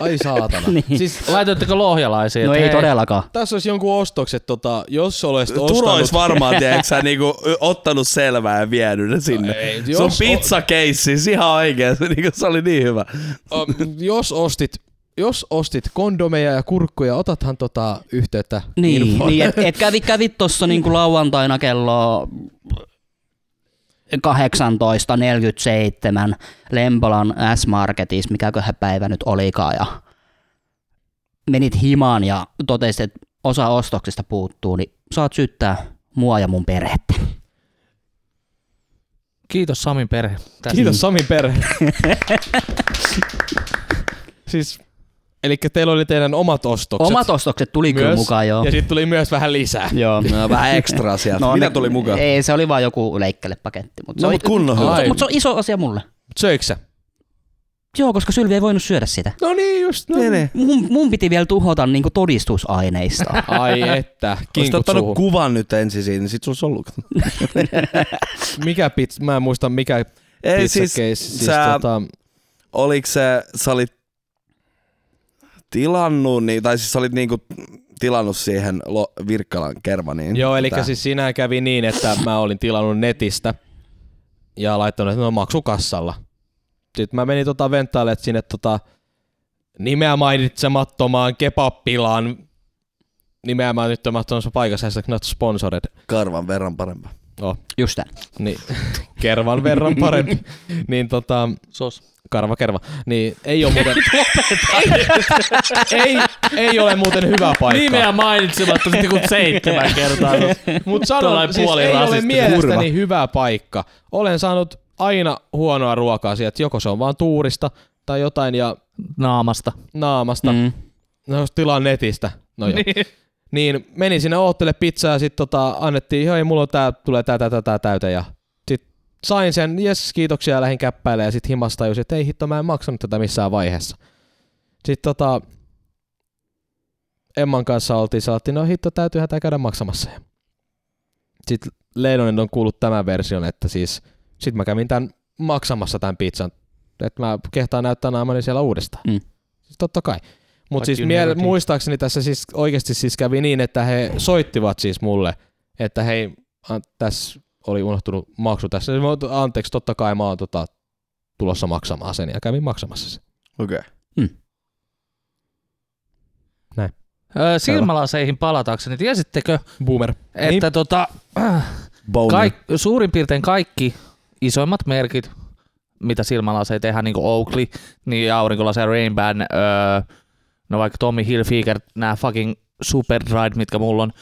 [SPEAKER 3] Ai saatana.
[SPEAKER 1] Niin.
[SPEAKER 3] Siis
[SPEAKER 2] Laitoitteko lohjalaisia?
[SPEAKER 1] No
[SPEAKER 2] että
[SPEAKER 1] ei
[SPEAKER 2] hei,
[SPEAKER 1] todellakaan.
[SPEAKER 3] tässä olisi jonkun ostokset, tota, jos olisit
[SPEAKER 4] Turo olisi
[SPEAKER 3] ostanut...
[SPEAKER 4] varmaan, tiedätkö sä, niinku, ö, ottanut selvää ja vienyt ne sinne.
[SPEAKER 3] Ei,
[SPEAKER 4] se on siis
[SPEAKER 3] jos-
[SPEAKER 4] pizzakeissi, ihan oikein. Se, niinku, se oli niin hyvä.
[SPEAKER 3] Ö, jos ostit jos ostit kondomeja ja kurkkuja, otathan tota yhteyttä
[SPEAKER 1] Niin,
[SPEAKER 3] infoon.
[SPEAKER 1] niin et, et kävi, kävi tuossa niinku lauantaina kello 18.47 Lempolan S-Marketissa, mikäköhän päivä nyt olikaan, ja menit himaan ja totesit, että osa ostoksista puuttuu, niin saat syyttää mua ja mun perhettä.
[SPEAKER 2] Kiitos Samin perhe. Tästä.
[SPEAKER 3] Kiitos Samin perhe. siis, eli teillä oli teidän omat ostokset.
[SPEAKER 1] Omat ostokset tuli kyllä
[SPEAKER 3] Myös.
[SPEAKER 1] mukaan, joo.
[SPEAKER 3] Ja sitten tuli myös vähän lisää.
[SPEAKER 1] joo.
[SPEAKER 4] No, vähän ekstra sieltä. No, Mitä
[SPEAKER 1] ne-
[SPEAKER 4] tuli mukaan?
[SPEAKER 1] Ei, se oli vaan joku leikkele paketti. Mutta
[SPEAKER 4] No,
[SPEAKER 1] se,
[SPEAKER 4] mut kunnon hyvä.
[SPEAKER 1] mutta, mutta se on iso asia mulle.
[SPEAKER 3] Söiksä?
[SPEAKER 1] Joo, koska Sylvi ei voinut syödä sitä.
[SPEAKER 3] No niin, just no.
[SPEAKER 4] Ne, ne.
[SPEAKER 1] Mun, mun piti vielä tuhota niinku todistusaineistoa.
[SPEAKER 3] Ai että,
[SPEAKER 4] Olisit
[SPEAKER 3] kinkut
[SPEAKER 4] ottanut
[SPEAKER 3] suuhun.
[SPEAKER 4] kuvan nyt ensin siinä, niin sit sulla olisi ollut.
[SPEAKER 3] Mikä pits, mä en muista mikä
[SPEAKER 4] Ei
[SPEAKER 3] pizza
[SPEAKER 4] siis,
[SPEAKER 3] case, siis
[SPEAKER 4] sä-
[SPEAKER 3] tota,
[SPEAKER 4] oliko se, sä olit tilannut, niin, tai siis sä olit niinku tilannut siihen Lo- Virkkalan kermaniin.
[SPEAKER 3] Joo, eli
[SPEAKER 4] Tää.
[SPEAKER 3] siis sinä kävi niin, että mä olin tilannut netistä ja laittanut, että no maksukassalla. Sitten mä menin tota venttaille, että sinne tota nimeä mainitsemattomaan kebappilaan nimeä mainitsemattomassa paikassa, hashtag not sponsored.
[SPEAKER 4] Karvan verran parempaa.
[SPEAKER 3] Oh,
[SPEAKER 1] Just tää.
[SPEAKER 3] niin, kervan verran parempi. niin tota,
[SPEAKER 2] Sos.
[SPEAKER 3] karva kerva. Niin ei ole muuten... ei, ei ole muuten hyvä paikka.
[SPEAKER 2] Nimeä mainitsematta sitten kun seitsemän kertaa.
[SPEAKER 3] Mutta
[SPEAKER 2] Tuollainen
[SPEAKER 3] sanon, siis ei ole
[SPEAKER 2] puolirasistinen
[SPEAKER 3] mielestäni
[SPEAKER 2] kurva.
[SPEAKER 3] hyvä paikka. Olen saanut aina huonoa ruokaa sieltä, joko se on vaan tuurista tai jotain ja
[SPEAKER 2] Naamasta.
[SPEAKER 3] naamasta. Mm.
[SPEAKER 1] Mm.
[SPEAKER 3] No jos tilaan netistä. No joo. Niin. niin menin sinne oottele pizzaa ja sit tota, annettiin, hei mulla on tää, tulee tää, tää, tää, tää täyteen ja sit sain sen, jes kiitoksia ja lähdin käppäilemään ja sit himasta tajusin, että ei hitto mä en maksanut tätä missään vaiheessa. Sit tota, Emman kanssa oltiin, saattiin, no hitto täytyyhän tää käydä maksamassa. Ja Sit Leinonen on kuullut tämän version, että siis sit mä kävin tän maksamassa tämän pizzan, että mä kehtaan näyttää naamani siellä uudestaan.
[SPEAKER 1] Mm.
[SPEAKER 3] Siis totta kai.
[SPEAKER 2] Fuck
[SPEAKER 3] Mutta siis
[SPEAKER 2] you,
[SPEAKER 3] miel,
[SPEAKER 2] never did.
[SPEAKER 3] muistaakseni tässä siis oikeasti siis kävi niin, että he soittivat siis mulle, että hei, an, tässä oli unohtunut maksu tässä. Mä oon- Anteeksi, totta kai mä oon tota, tulossa maksamaan sen ja kävin maksamassa sen.
[SPEAKER 4] Okei. Okay.
[SPEAKER 2] Öö, Silmälaseihin palataakseni. Tiesittekö,
[SPEAKER 3] Boomer.
[SPEAKER 2] että niin. tota, Kaik, suurin piirtein kaikki isoimmat merkit, mitä silmälaseja tehdään, niin kuin Oakley, niin aurinkolaseja, Rain Ban, öö, no vaikka Tommy Hilfiger, nämä fucking Super Ride, mitkä mulla on.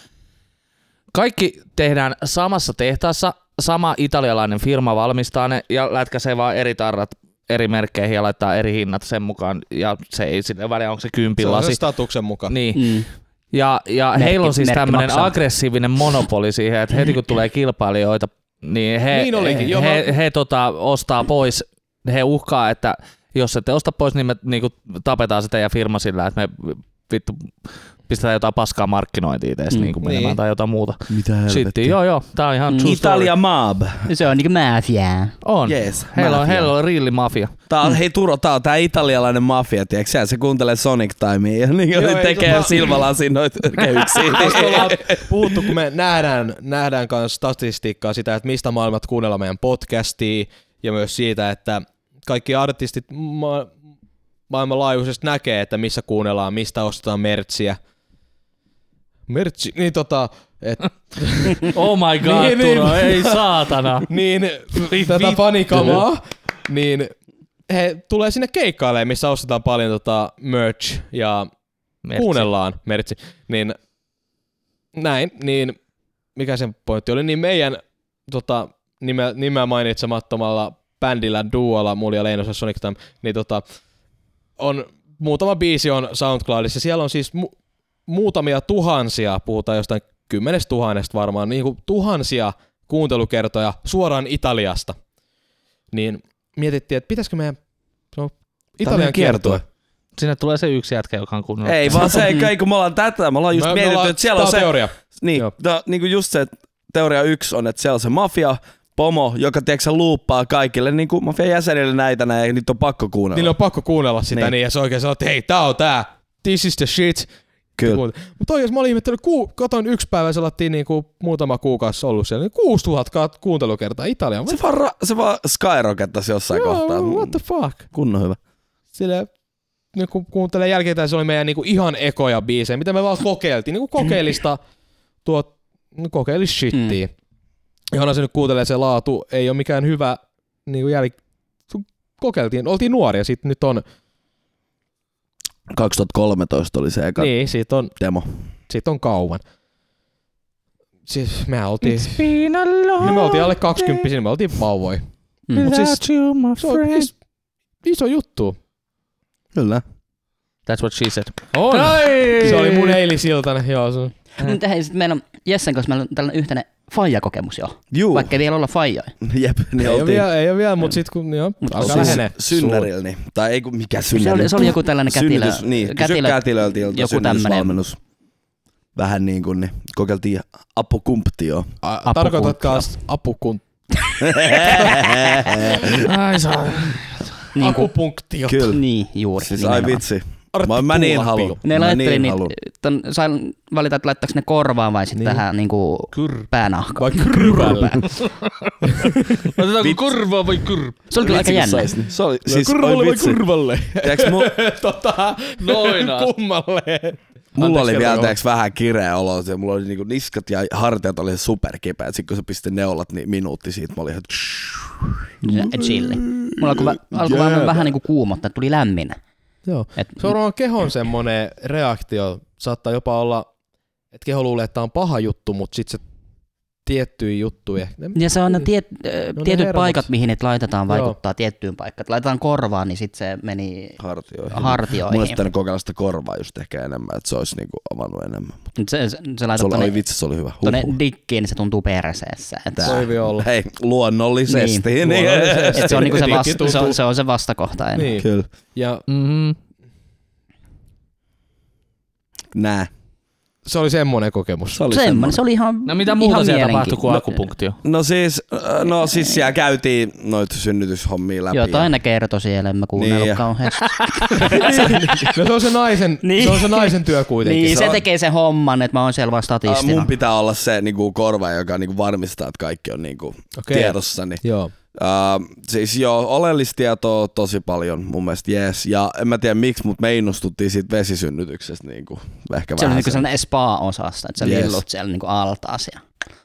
[SPEAKER 2] Kaikki tehdään samassa tehtaassa, sama italialainen firma valmistaa ne ja lätkäsee vaan eri tarrat eri merkkeihin ja laittaa eri hinnat sen mukaan ja se ei sille väliä, onko se kympin lasi.
[SPEAKER 3] statuksen mukaan.
[SPEAKER 2] Niin.
[SPEAKER 1] Mm.
[SPEAKER 2] Ja, ja
[SPEAKER 1] Merkki-
[SPEAKER 2] heillä on siis
[SPEAKER 1] merkki
[SPEAKER 2] tämmöinen
[SPEAKER 1] maksaa.
[SPEAKER 2] aggressiivinen monopoli siihen, että heti kun tulee kilpailijoita, niin he,
[SPEAKER 3] Niin olikin, joo,
[SPEAKER 2] he,
[SPEAKER 3] mä-
[SPEAKER 2] he, he tota, ostaa pois, he uhkaa, että jos ette osta pois, niin me niinku, tapetaan se teidän firma sillä, että me vittu pistetään jotain paskaa markkinointiin teistä
[SPEAKER 1] Mm.
[SPEAKER 2] mm. niinku menemään
[SPEAKER 3] Niin.
[SPEAKER 2] tai jotain muuta.
[SPEAKER 4] Mitä
[SPEAKER 2] Sitten joo joo, tää on ihan true
[SPEAKER 4] Italia Maab.
[SPEAKER 1] Se on niinku mafiaa.
[SPEAKER 4] Mm.
[SPEAKER 2] story. On.
[SPEAKER 4] Jees.
[SPEAKER 2] Heillä on,
[SPEAKER 4] mafia.
[SPEAKER 2] heillä on rilli mafia.
[SPEAKER 4] Tää on, hei Turo, tää on tää italialainen mafia, tiiäks sä? Se kuuntelee Sonic Timea ja niin
[SPEAKER 3] Joo,
[SPEAKER 4] Joo,
[SPEAKER 3] ei
[SPEAKER 4] tekee
[SPEAKER 3] tota-
[SPEAKER 4] silmälasin noita kehyksiä.
[SPEAKER 3] Tästä ollaan puhuttu, kun me nähdään, nähdään myös statistiikkaa sitä, että mistä maailmat kuunnellaan meidän podcastia ja myös siitä, että kaikki artistit ma- maailmanlaajuisesti näkee, että missä kuunnellaan, mistä ostetaan mertsiä. Mertsi, niin tota, et,
[SPEAKER 2] Oh my god, niin,
[SPEAKER 3] Niin, niin.
[SPEAKER 2] Turo, ei saatana.
[SPEAKER 3] niin tätä panikamaa, niin he tulee sinne keikkailemaan, missä ostetaan paljon tota merch ja
[SPEAKER 2] Mertsi.
[SPEAKER 3] kuunnellaan Mertsi, niin näin, niin mikä sen pointti oli, niin meidän tota, nimeä, nimeä mainitsemattomalla bändillä Duolla, mulla ja Leinossa Sonic Time, niin tota, on muutama biisi on SoundCloudissa, siellä on siis mu- muutamia tuhansia, puhutaan jostain kymmenestä tuhannesta varmaan, niin kuin tuhansia kuuntelukertoja suoraan Italiasta. Niin mietittiin, että pitäisikö meidän no, Italian kiertue.
[SPEAKER 2] Sinne tulee se yksi jätkä, joka on kuunnellut.
[SPEAKER 4] Ei vaan se, ei kun me ollaan tätä, me ollaan just
[SPEAKER 3] Me- me
[SPEAKER 4] mietitty,
[SPEAKER 3] ollaan-
[SPEAKER 4] että siellä
[SPEAKER 3] tää
[SPEAKER 4] on se,
[SPEAKER 3] teoria.
[SPEAKER 4] niin,
[SPEAKER 3] Joo.
[SPEAKER 4] no, niin kuin just se, että teoria yksi on, että siellä on se mafia, pomo, joka tiedätkö luuppaa kaikille niin kuin mafian jäsenille näitä näin, ja niitä on pakko
[SPEAKER 3] Niillä
[SPEAKER 4] kuunnella.
[SPEAKER 3] on pakko kuunnella sitä niin,
[SPEAKER 4] No. Niin.
[SPEAKER 3] niin ja se oikein sanoo, että hei, tää on tää. This is the shit.
[SPEAKER 4] Kyllä.
[SPEAKER 3] Mutta oikeesti mä olin ihmettänyt, ku, katoin yksi päivä, se olattiin niinku muutama kuukausi ollut siellä, niin 6000 kat- kuuntelukertaa Italiaan.
[SPEAKER 4] Se Mm. vaan, ra- se vaan skyrokettasi jossain
[SPEAKER 3] Joo,
[SPEAKER 4] kohtaa.
[SPEAKER 3] What the fuck?
[SPEAKER 4] Kunnon hyvä.
[SPEAKER 3] Sille niin kun kuuntelee jälkeen, se oli meidän niin kuin ihan ekoja biisejä, mitä me vaan kokeiltiin. Niin kuin kokeellista tuo, no kokeillis shittiä. Mm. Johon se nyt kuuntelee, se laatu ei ole mikään hyvä niin kuin jäl... Kokeiltiin, oltiin nuoria, sit nyt on,
[SPEAKER 4] 2013 oli se eka niin.
[SPEAKER 3] niin, siitä on,
[SPEAKER 4] demo.
[SPEAKER 3] siitä on kauan. Siis mehän oltiin,
[SPEAKER 2] been a long
[SPEAKER 3] niin me oltiin alle
[SPEAKER 2] day
[SPEAKER 3] 20, niin me oltiin vauvoi.
[SPEAKER 1] Mm.
[SPEAKER 3] Mut siis-
[SPEAKER 2] without you, my
[SPEAKER 3] Se on
[SPEAKER 2] friend.
[SPEAKER 3] is, iso juttu.
[SPEAKER 4] Kyllä.
[SPEAKER 2] That's what she said.
[SPEAKER 3] On.
[SPEAKER 2] Ai!
[SPEAKER 3] Se oli mun eilisiltana, joo.
[SPEAKER 4] Niin
[SPEAKER 3] Se,
[SPEAKER 1] Mutta hei, sit meillä on Jessen kanssa meillä on tällainen yhteinen faija-kokemus jo.
[SPEAKER 4] Juu.
[SPEAKER 1] Vaikka ei vielä olla faijoi.
[SPEAKER 4] Jep, niin
[SPEAKER 3] ei, ole
[SPEAKER 4] oltiin
[SPEAKER 3] vielä, ei ole vielä, mutta sit kun, joo,
[SPEAKER 1] Mut
[SPEAKER 3] alkaa
[SPEAKER 1] siis
[SPEAKER 3] lähene.
[SPEAKER 4] synnärillä. Niin. Tai ei kun mikä
[SPEAKER 1] Se
[SPEAKER 4] synnäri.
[SPEAKER 1] oli, se oli joku tällainen kätilö.
[SPEAKER 4] niin. Synnytys, niin, kysy kätilöltä ilta,
[SPEAKER 1] joku tämmöinen.
[SPEAKER 4] synnytysvalmennus. Vähän niin kuin, niin kokeiltiin apukumptioa.
[SPEAKER 3] A- Tarkoitat taas apukunt,
[SPEAKER 2] Ai saa.
[SPEAKER 1] Niin, kuin,
[SPEAKER 3] akupunktio.
[SPEAKER 4] Kyllä.
[SPEAKER 1] niin juuri.
[SPEAKER 4] Siis ai
[SPEAKER 1] nimenomaan.
[SPEAKER 4] vitsi. Mä, mä niin
[SPEAKER 3] Arttu
[SPEAKER 4] haluan.
[SPEAKER 3] Lappio.
[SPEAKER 1] Ne
[SPEAKER 4] Mä
[SPEAKER 1] laitteli
[SPEAKER 4] niin
[SPEAKER 1] niitä,
[SPEAKER 4] haluan.
[SPEAKER 1] ton, sain valita, että laittaako ne korvaan vai sitten
[SPEAKER 3] Niin.
[SPEAKER 1] niin. tähän niin kuin,
[SPEAKER 3] Kyr.
[SPEAKER 1] päänahkaan.
[SPEAKER 3] Vai kyrpällä.
[SPEAKER 2] Otetaanko kurvaa vai kurppi?
[SPEAKER 1] Se oli kyllä aika
[SPEAKER 4] Vitsi, kun
[SPEAKER 1] jännä.
[SPEAKER 4] sais, niin. Se oli, siis,
[SPEAKER 3] Kurvalle
[SPEAKER 4] oi
[SPEAKER 3] vai
[SPEAKER 4] vitsi.
[SPEAKER 3] kurvalle?
[SPEAKER 4] Tiedäks, mu-
[SPEAKER 3] tota,
[SPEAKER 2] Noinaa.
[SPEAKER 3] kummalle.
[SPEAKER 4] mulla oli
[SPEAKER 3] kerro,
[SPEAKER 4] vielä
[SPEAKER 3] joo.
[SPEAKER 4] tiedäks, vähän kireä olo. ja Mulla oli niinku niskat ja hartiat oli superkipeät. Sitten kun se pisti neulat, niin minuutti siitä mä olin ihan...
[SPEAKER 1] Ja Chilli. Mulla alkoi, vä- alkoi vaan vähän niin kuin kuumottaa, tuli lämmin.
[SPEAKER 3] Joo.
[SPEAKER 1] Et,
[SPEAKER 3] Se on varmaan kehon semmoinen reaktio, saattaa jopa olla, että keho luulee, että tämä on paha juttu, mutta sitten se tiettyjä juttuja. Ne-
[SPEAKER 1] ja se on ne tiet, äh,
[SPEAKER 3] ne
[SPEAKER 1] tietyt
[SPEAKER 3] hermot.
[SPEAKER 1] paikat, mihin niitä laitetaan,
[SPEAKER 3] Joo.
[SPEAKER 1] vaikuttaa tiettyyn paikkaan. Et Laitetaan korvaan, niin sitten se meni
[SPEAKER 4] Hartioihin. Mun olisi
[SPEAKER 1] hartioihin.
[SPEAKER 4] pitänyt kokeilla sitä korvaa just ehkä enemmän, että se olisi niinku avannut enemmän.
[SPEAKER 1] Mut Se, se, se
[SPEAKER 4] Se
[SPEAKER 1] laitat
[SPEAKER 4] oli,
[SPEAKER 1] tonne,
[SPEAKER 4] oi vitsi, se oli hyvä.
[SPEAKER 1] tonne
[SPEAKER 4] Huhhuh.
[SPEAKER 1] dikkiin, niin se tuntuu perseessä. Et,
[SPEAKER 3] Toivi olla.
[SPEAKER 4] Hei, luonnollisesti. Niin.
[SPEAKER 3] Luonnollisesti.
[SPEAKER 1] et se, on niinku se,
[SPEAKER 3] Dikki
[SPEAKER 1] vasta, se,
[SPEAKER 3] tuntuu.
[SPEAKER 1] on, se on se vastakohtainen.
[SPEAKER 3] Niin.
[SPEAKER 4] Kyllä.
[SPEAKER 3] Ja
[SPEAKER 2] Mm-hmm.
[SPEAKER 4] Nää.
[SPEAKER 3] se oli semmoinen kokemus.
[SPEAKER 4] Se oli
[SPEAKER 1] Semmoinen,
[SPEAKER 4] semmoinen.
[SPEAKER 1] se oli ihan
[SPEAKER 2] No mitä
[SPEAKER 1] ihan
[SPEAKER 2] muuta siellä
[SPEAKER 1] mielenkiintoinen.
[SPEAKER 2] tapahtui kuin akupunktio?
[SPEAKER 4] No siis, äh, no siis siellä käytiin noita synnytyshommia läpi.
[SPEAKER 1] Jotain ne kertoi siellä, en mä kuunnellut
[SPEAKER 4] Niin, ja-
[SPEAKER 1] niin, kauheasti.
[SPEAKER 3] No se on se naisen,
[SPEAKER 1] Niin.
[SPEAKER 3] se on se naisen työ kuitenkin.
[SPEAKER 1] niin,
[SPEAKER 4] se
[SPEAKER 1] se,
[SPEAKER 4] on-
[SPEAKER 1] tekee sen homman, että mä oon siellä vaan
[SPEAKER 4] Ja, äh,
[SPEAKER 1] statistina.
[SPEAKER 4] mun pitää olla se niinku, korva, joka niinku, varmistaa, että kaikki on niinku,
[SPEAKER 3] Okei.
[SPEAKER 4] okay. tiedossa. Niin.
[SPEAKER 3] Joo.
[SPEAKER 4] Äh, siis joo, oleellistietoa tosi paljon mun mielestä, jees. Ja en mä tiedä miksi, mutta me innostuttiin siitä vesisynnytyksestä niinku, ehkä
[SPEAKER 1] se on
[SPEAKER 4] vähän
[SPEAKER 1] niinku
[SPEAKER 4] sen-
[SPEAKER 1] sellainen spa-osasta, että sä
[SPEAKER 4] Yes.
[SPEAKER 1] yes. lillut siellä niinku altaas ja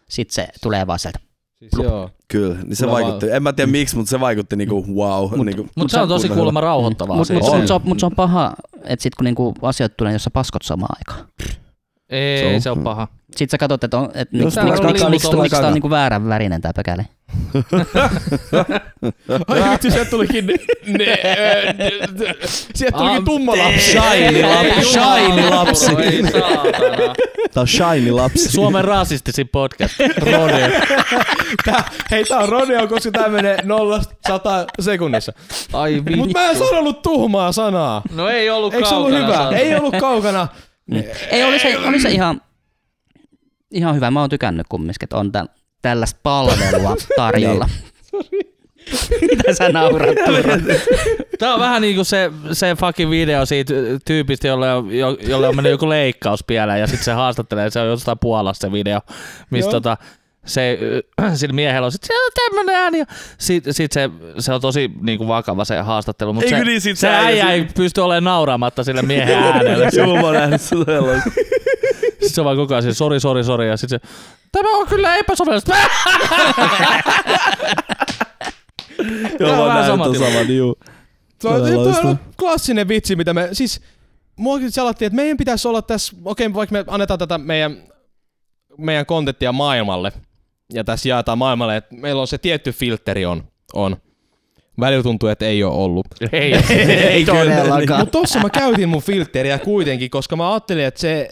[SPEAKER 1] sitten se tulee vaan sieltä.
[SPEAKER 3] Siis joo.
[SPEAKER 4] Kyllä, niin se
[SPEAKER 3] Mulla
[SPEAKER 4] vaikutti. En mä tiedä miksi, mutta se vaikutti niinku wow. Mut, niinku,
[SPEAKER 2] Mutta se on tosi kuulemma rauhoittavaa.
[SPEAKER 1] Mutta mut,
[SPEAKER 2] siis.
[SPEAKER 1] se,
[SPEAKER 4] on.
[SPEAKER 1] mut, se, on- mut se on paha, että sit kun niinku asiat tulee, jos sä paskot samaan aikaan.
[SPEAKER 4] Se
[SPEAKER 2] Ei,
[SPEAKER 4] on-
[SPEAKER 2] se on paha.
[SPEAKER 1] Sit sä katsot, että on, et
[SPEAKER 4] Jos
[SPEAKER 1] miksi
[SPEAKER 4] tää
[SPEAKER 1] miksi
[SPEAKER 4] on
[SPEAKER 1] miksi
[SPEAKER 4] liian
[SPEAKER 1] miksi
[SPEAKER 4] iso
[SPEAKER 1] miksi tää
[SPEAKER 4] lakana.
[SPEAKER 1] on niinku väärän värinen tää pökäle.
[SPEAKER 3] Ai vitsi, sieltä tulikin ne, ne, ö, ne, ne- sieltä tulikin tumma lapsi.
[SPEAKER 4] Shiny lapsi.
[SPEAKER 2] Ei,
[SPEAKER 4] Shiny
[SPEAKER 2] jumala,
[SPEAKER 4] lapsi.
[SPEAKER 2] Ei saatana.
[SPEAKER 4] Tää on shiny lapsi.
[SPEAKER 2] Suomen rasistisin podcast.
[SPEAKER 3] Rodeo. Tää, hei, tää on rodeo, koska tää menee nollasta sata sekunnissa.
[SPEAKER 2] Ai
[SPEAKER 3] Mut
[SPEAKER 2] vittu.
[SPEAKER 3] mä en sanonut tuhmaa sanaa.
[SPEAKER 2] No ei ollut
[SPEAKER 3] Eikö se ollut
[SPEAKER 2] kaukana,
[SPEAKER 3] hyvä?
[SPEAKER 2] saatana.
[SPEAKER 3] Ei ollut kaukana.
[SPEAKER 1] Ei, oli se, oli se ihan, ihan hyvä. Mä oon tykännyt kumminkin, että on tä, tällaista palvelua tarjolla. Mitä sä naurat, Turo?
[SPEAKER 2] Tää on vähän niinku se, se fucking video siitä tyypistä, jolle on, jo- jolle on mennyt joku leikkaus pieleen ja sitten se haastattelee, se on jostain Puolassa se video, missä
[SPEAKER 3] Joo.
[SPEAKER 2] tota, se, äh, sillä miehellä on sit, se on tämmönen ääni. ja Sit, sit se, se on tosi niinku vakava se haastattelu, mutta
[SPEAKER 4] Eikö
[SPEAKER 2] se,
[SPEAKER 4] niin, sit
[SPEAKER 2] se
[SPEAKER 4] se äijä
[SPEAKER 2] äijä ei
[SPEAKER 4] sit-
[SPEAKER 2] pysty olemaan nauraamatta sille miehen äänelle.
[SPEAKER 4] Joo, mä oon nähnyt sitä
[SPEAKER 2] Sit se on vaan koko ajan siinä, sori, sori, sori, ja sit se, tämä on kyllä epäsovellista.
[SPEAKER 4] Joo,
[SPEAKER 2] Tää
[SPEAKER 4] mä
[SPEAKER 2] on
[SPEAKER 4] oon
[SPEAKER 2] vähän
[SPEAKER 4] nähnyt
[SPEAKER 2] sama
[SPEAKER 4] ton
[SPEAKER 2] tilanne.
[SPEAKER 4] saman, niin juu.
[SPEAKER 3] Tuo on,
[SPEAKER 4] Todella
[SPEAKER 3] toi on
[SPEAKER 4] loistava.
[SPEAKER 3] klassinen vitsi, mitä me... Siis muakin salattiin, että meidän pitäisi olla tässä... Okei, vaikka me annetaan tätä meidän, meidän kontenttia maailmalle. Ja tässä jaetaan maailmalle, että meillä on se tietty filteri on. on. Välillä tuntuu, että ei ole ollut.
[SPEAKER 2] Ei,
[SPEAKER 1] Ei todellakaan.
[SPEAKER 3] Mutta tossa mä käytin mun filteriä kuitenkin, koska mä ajattelin, että se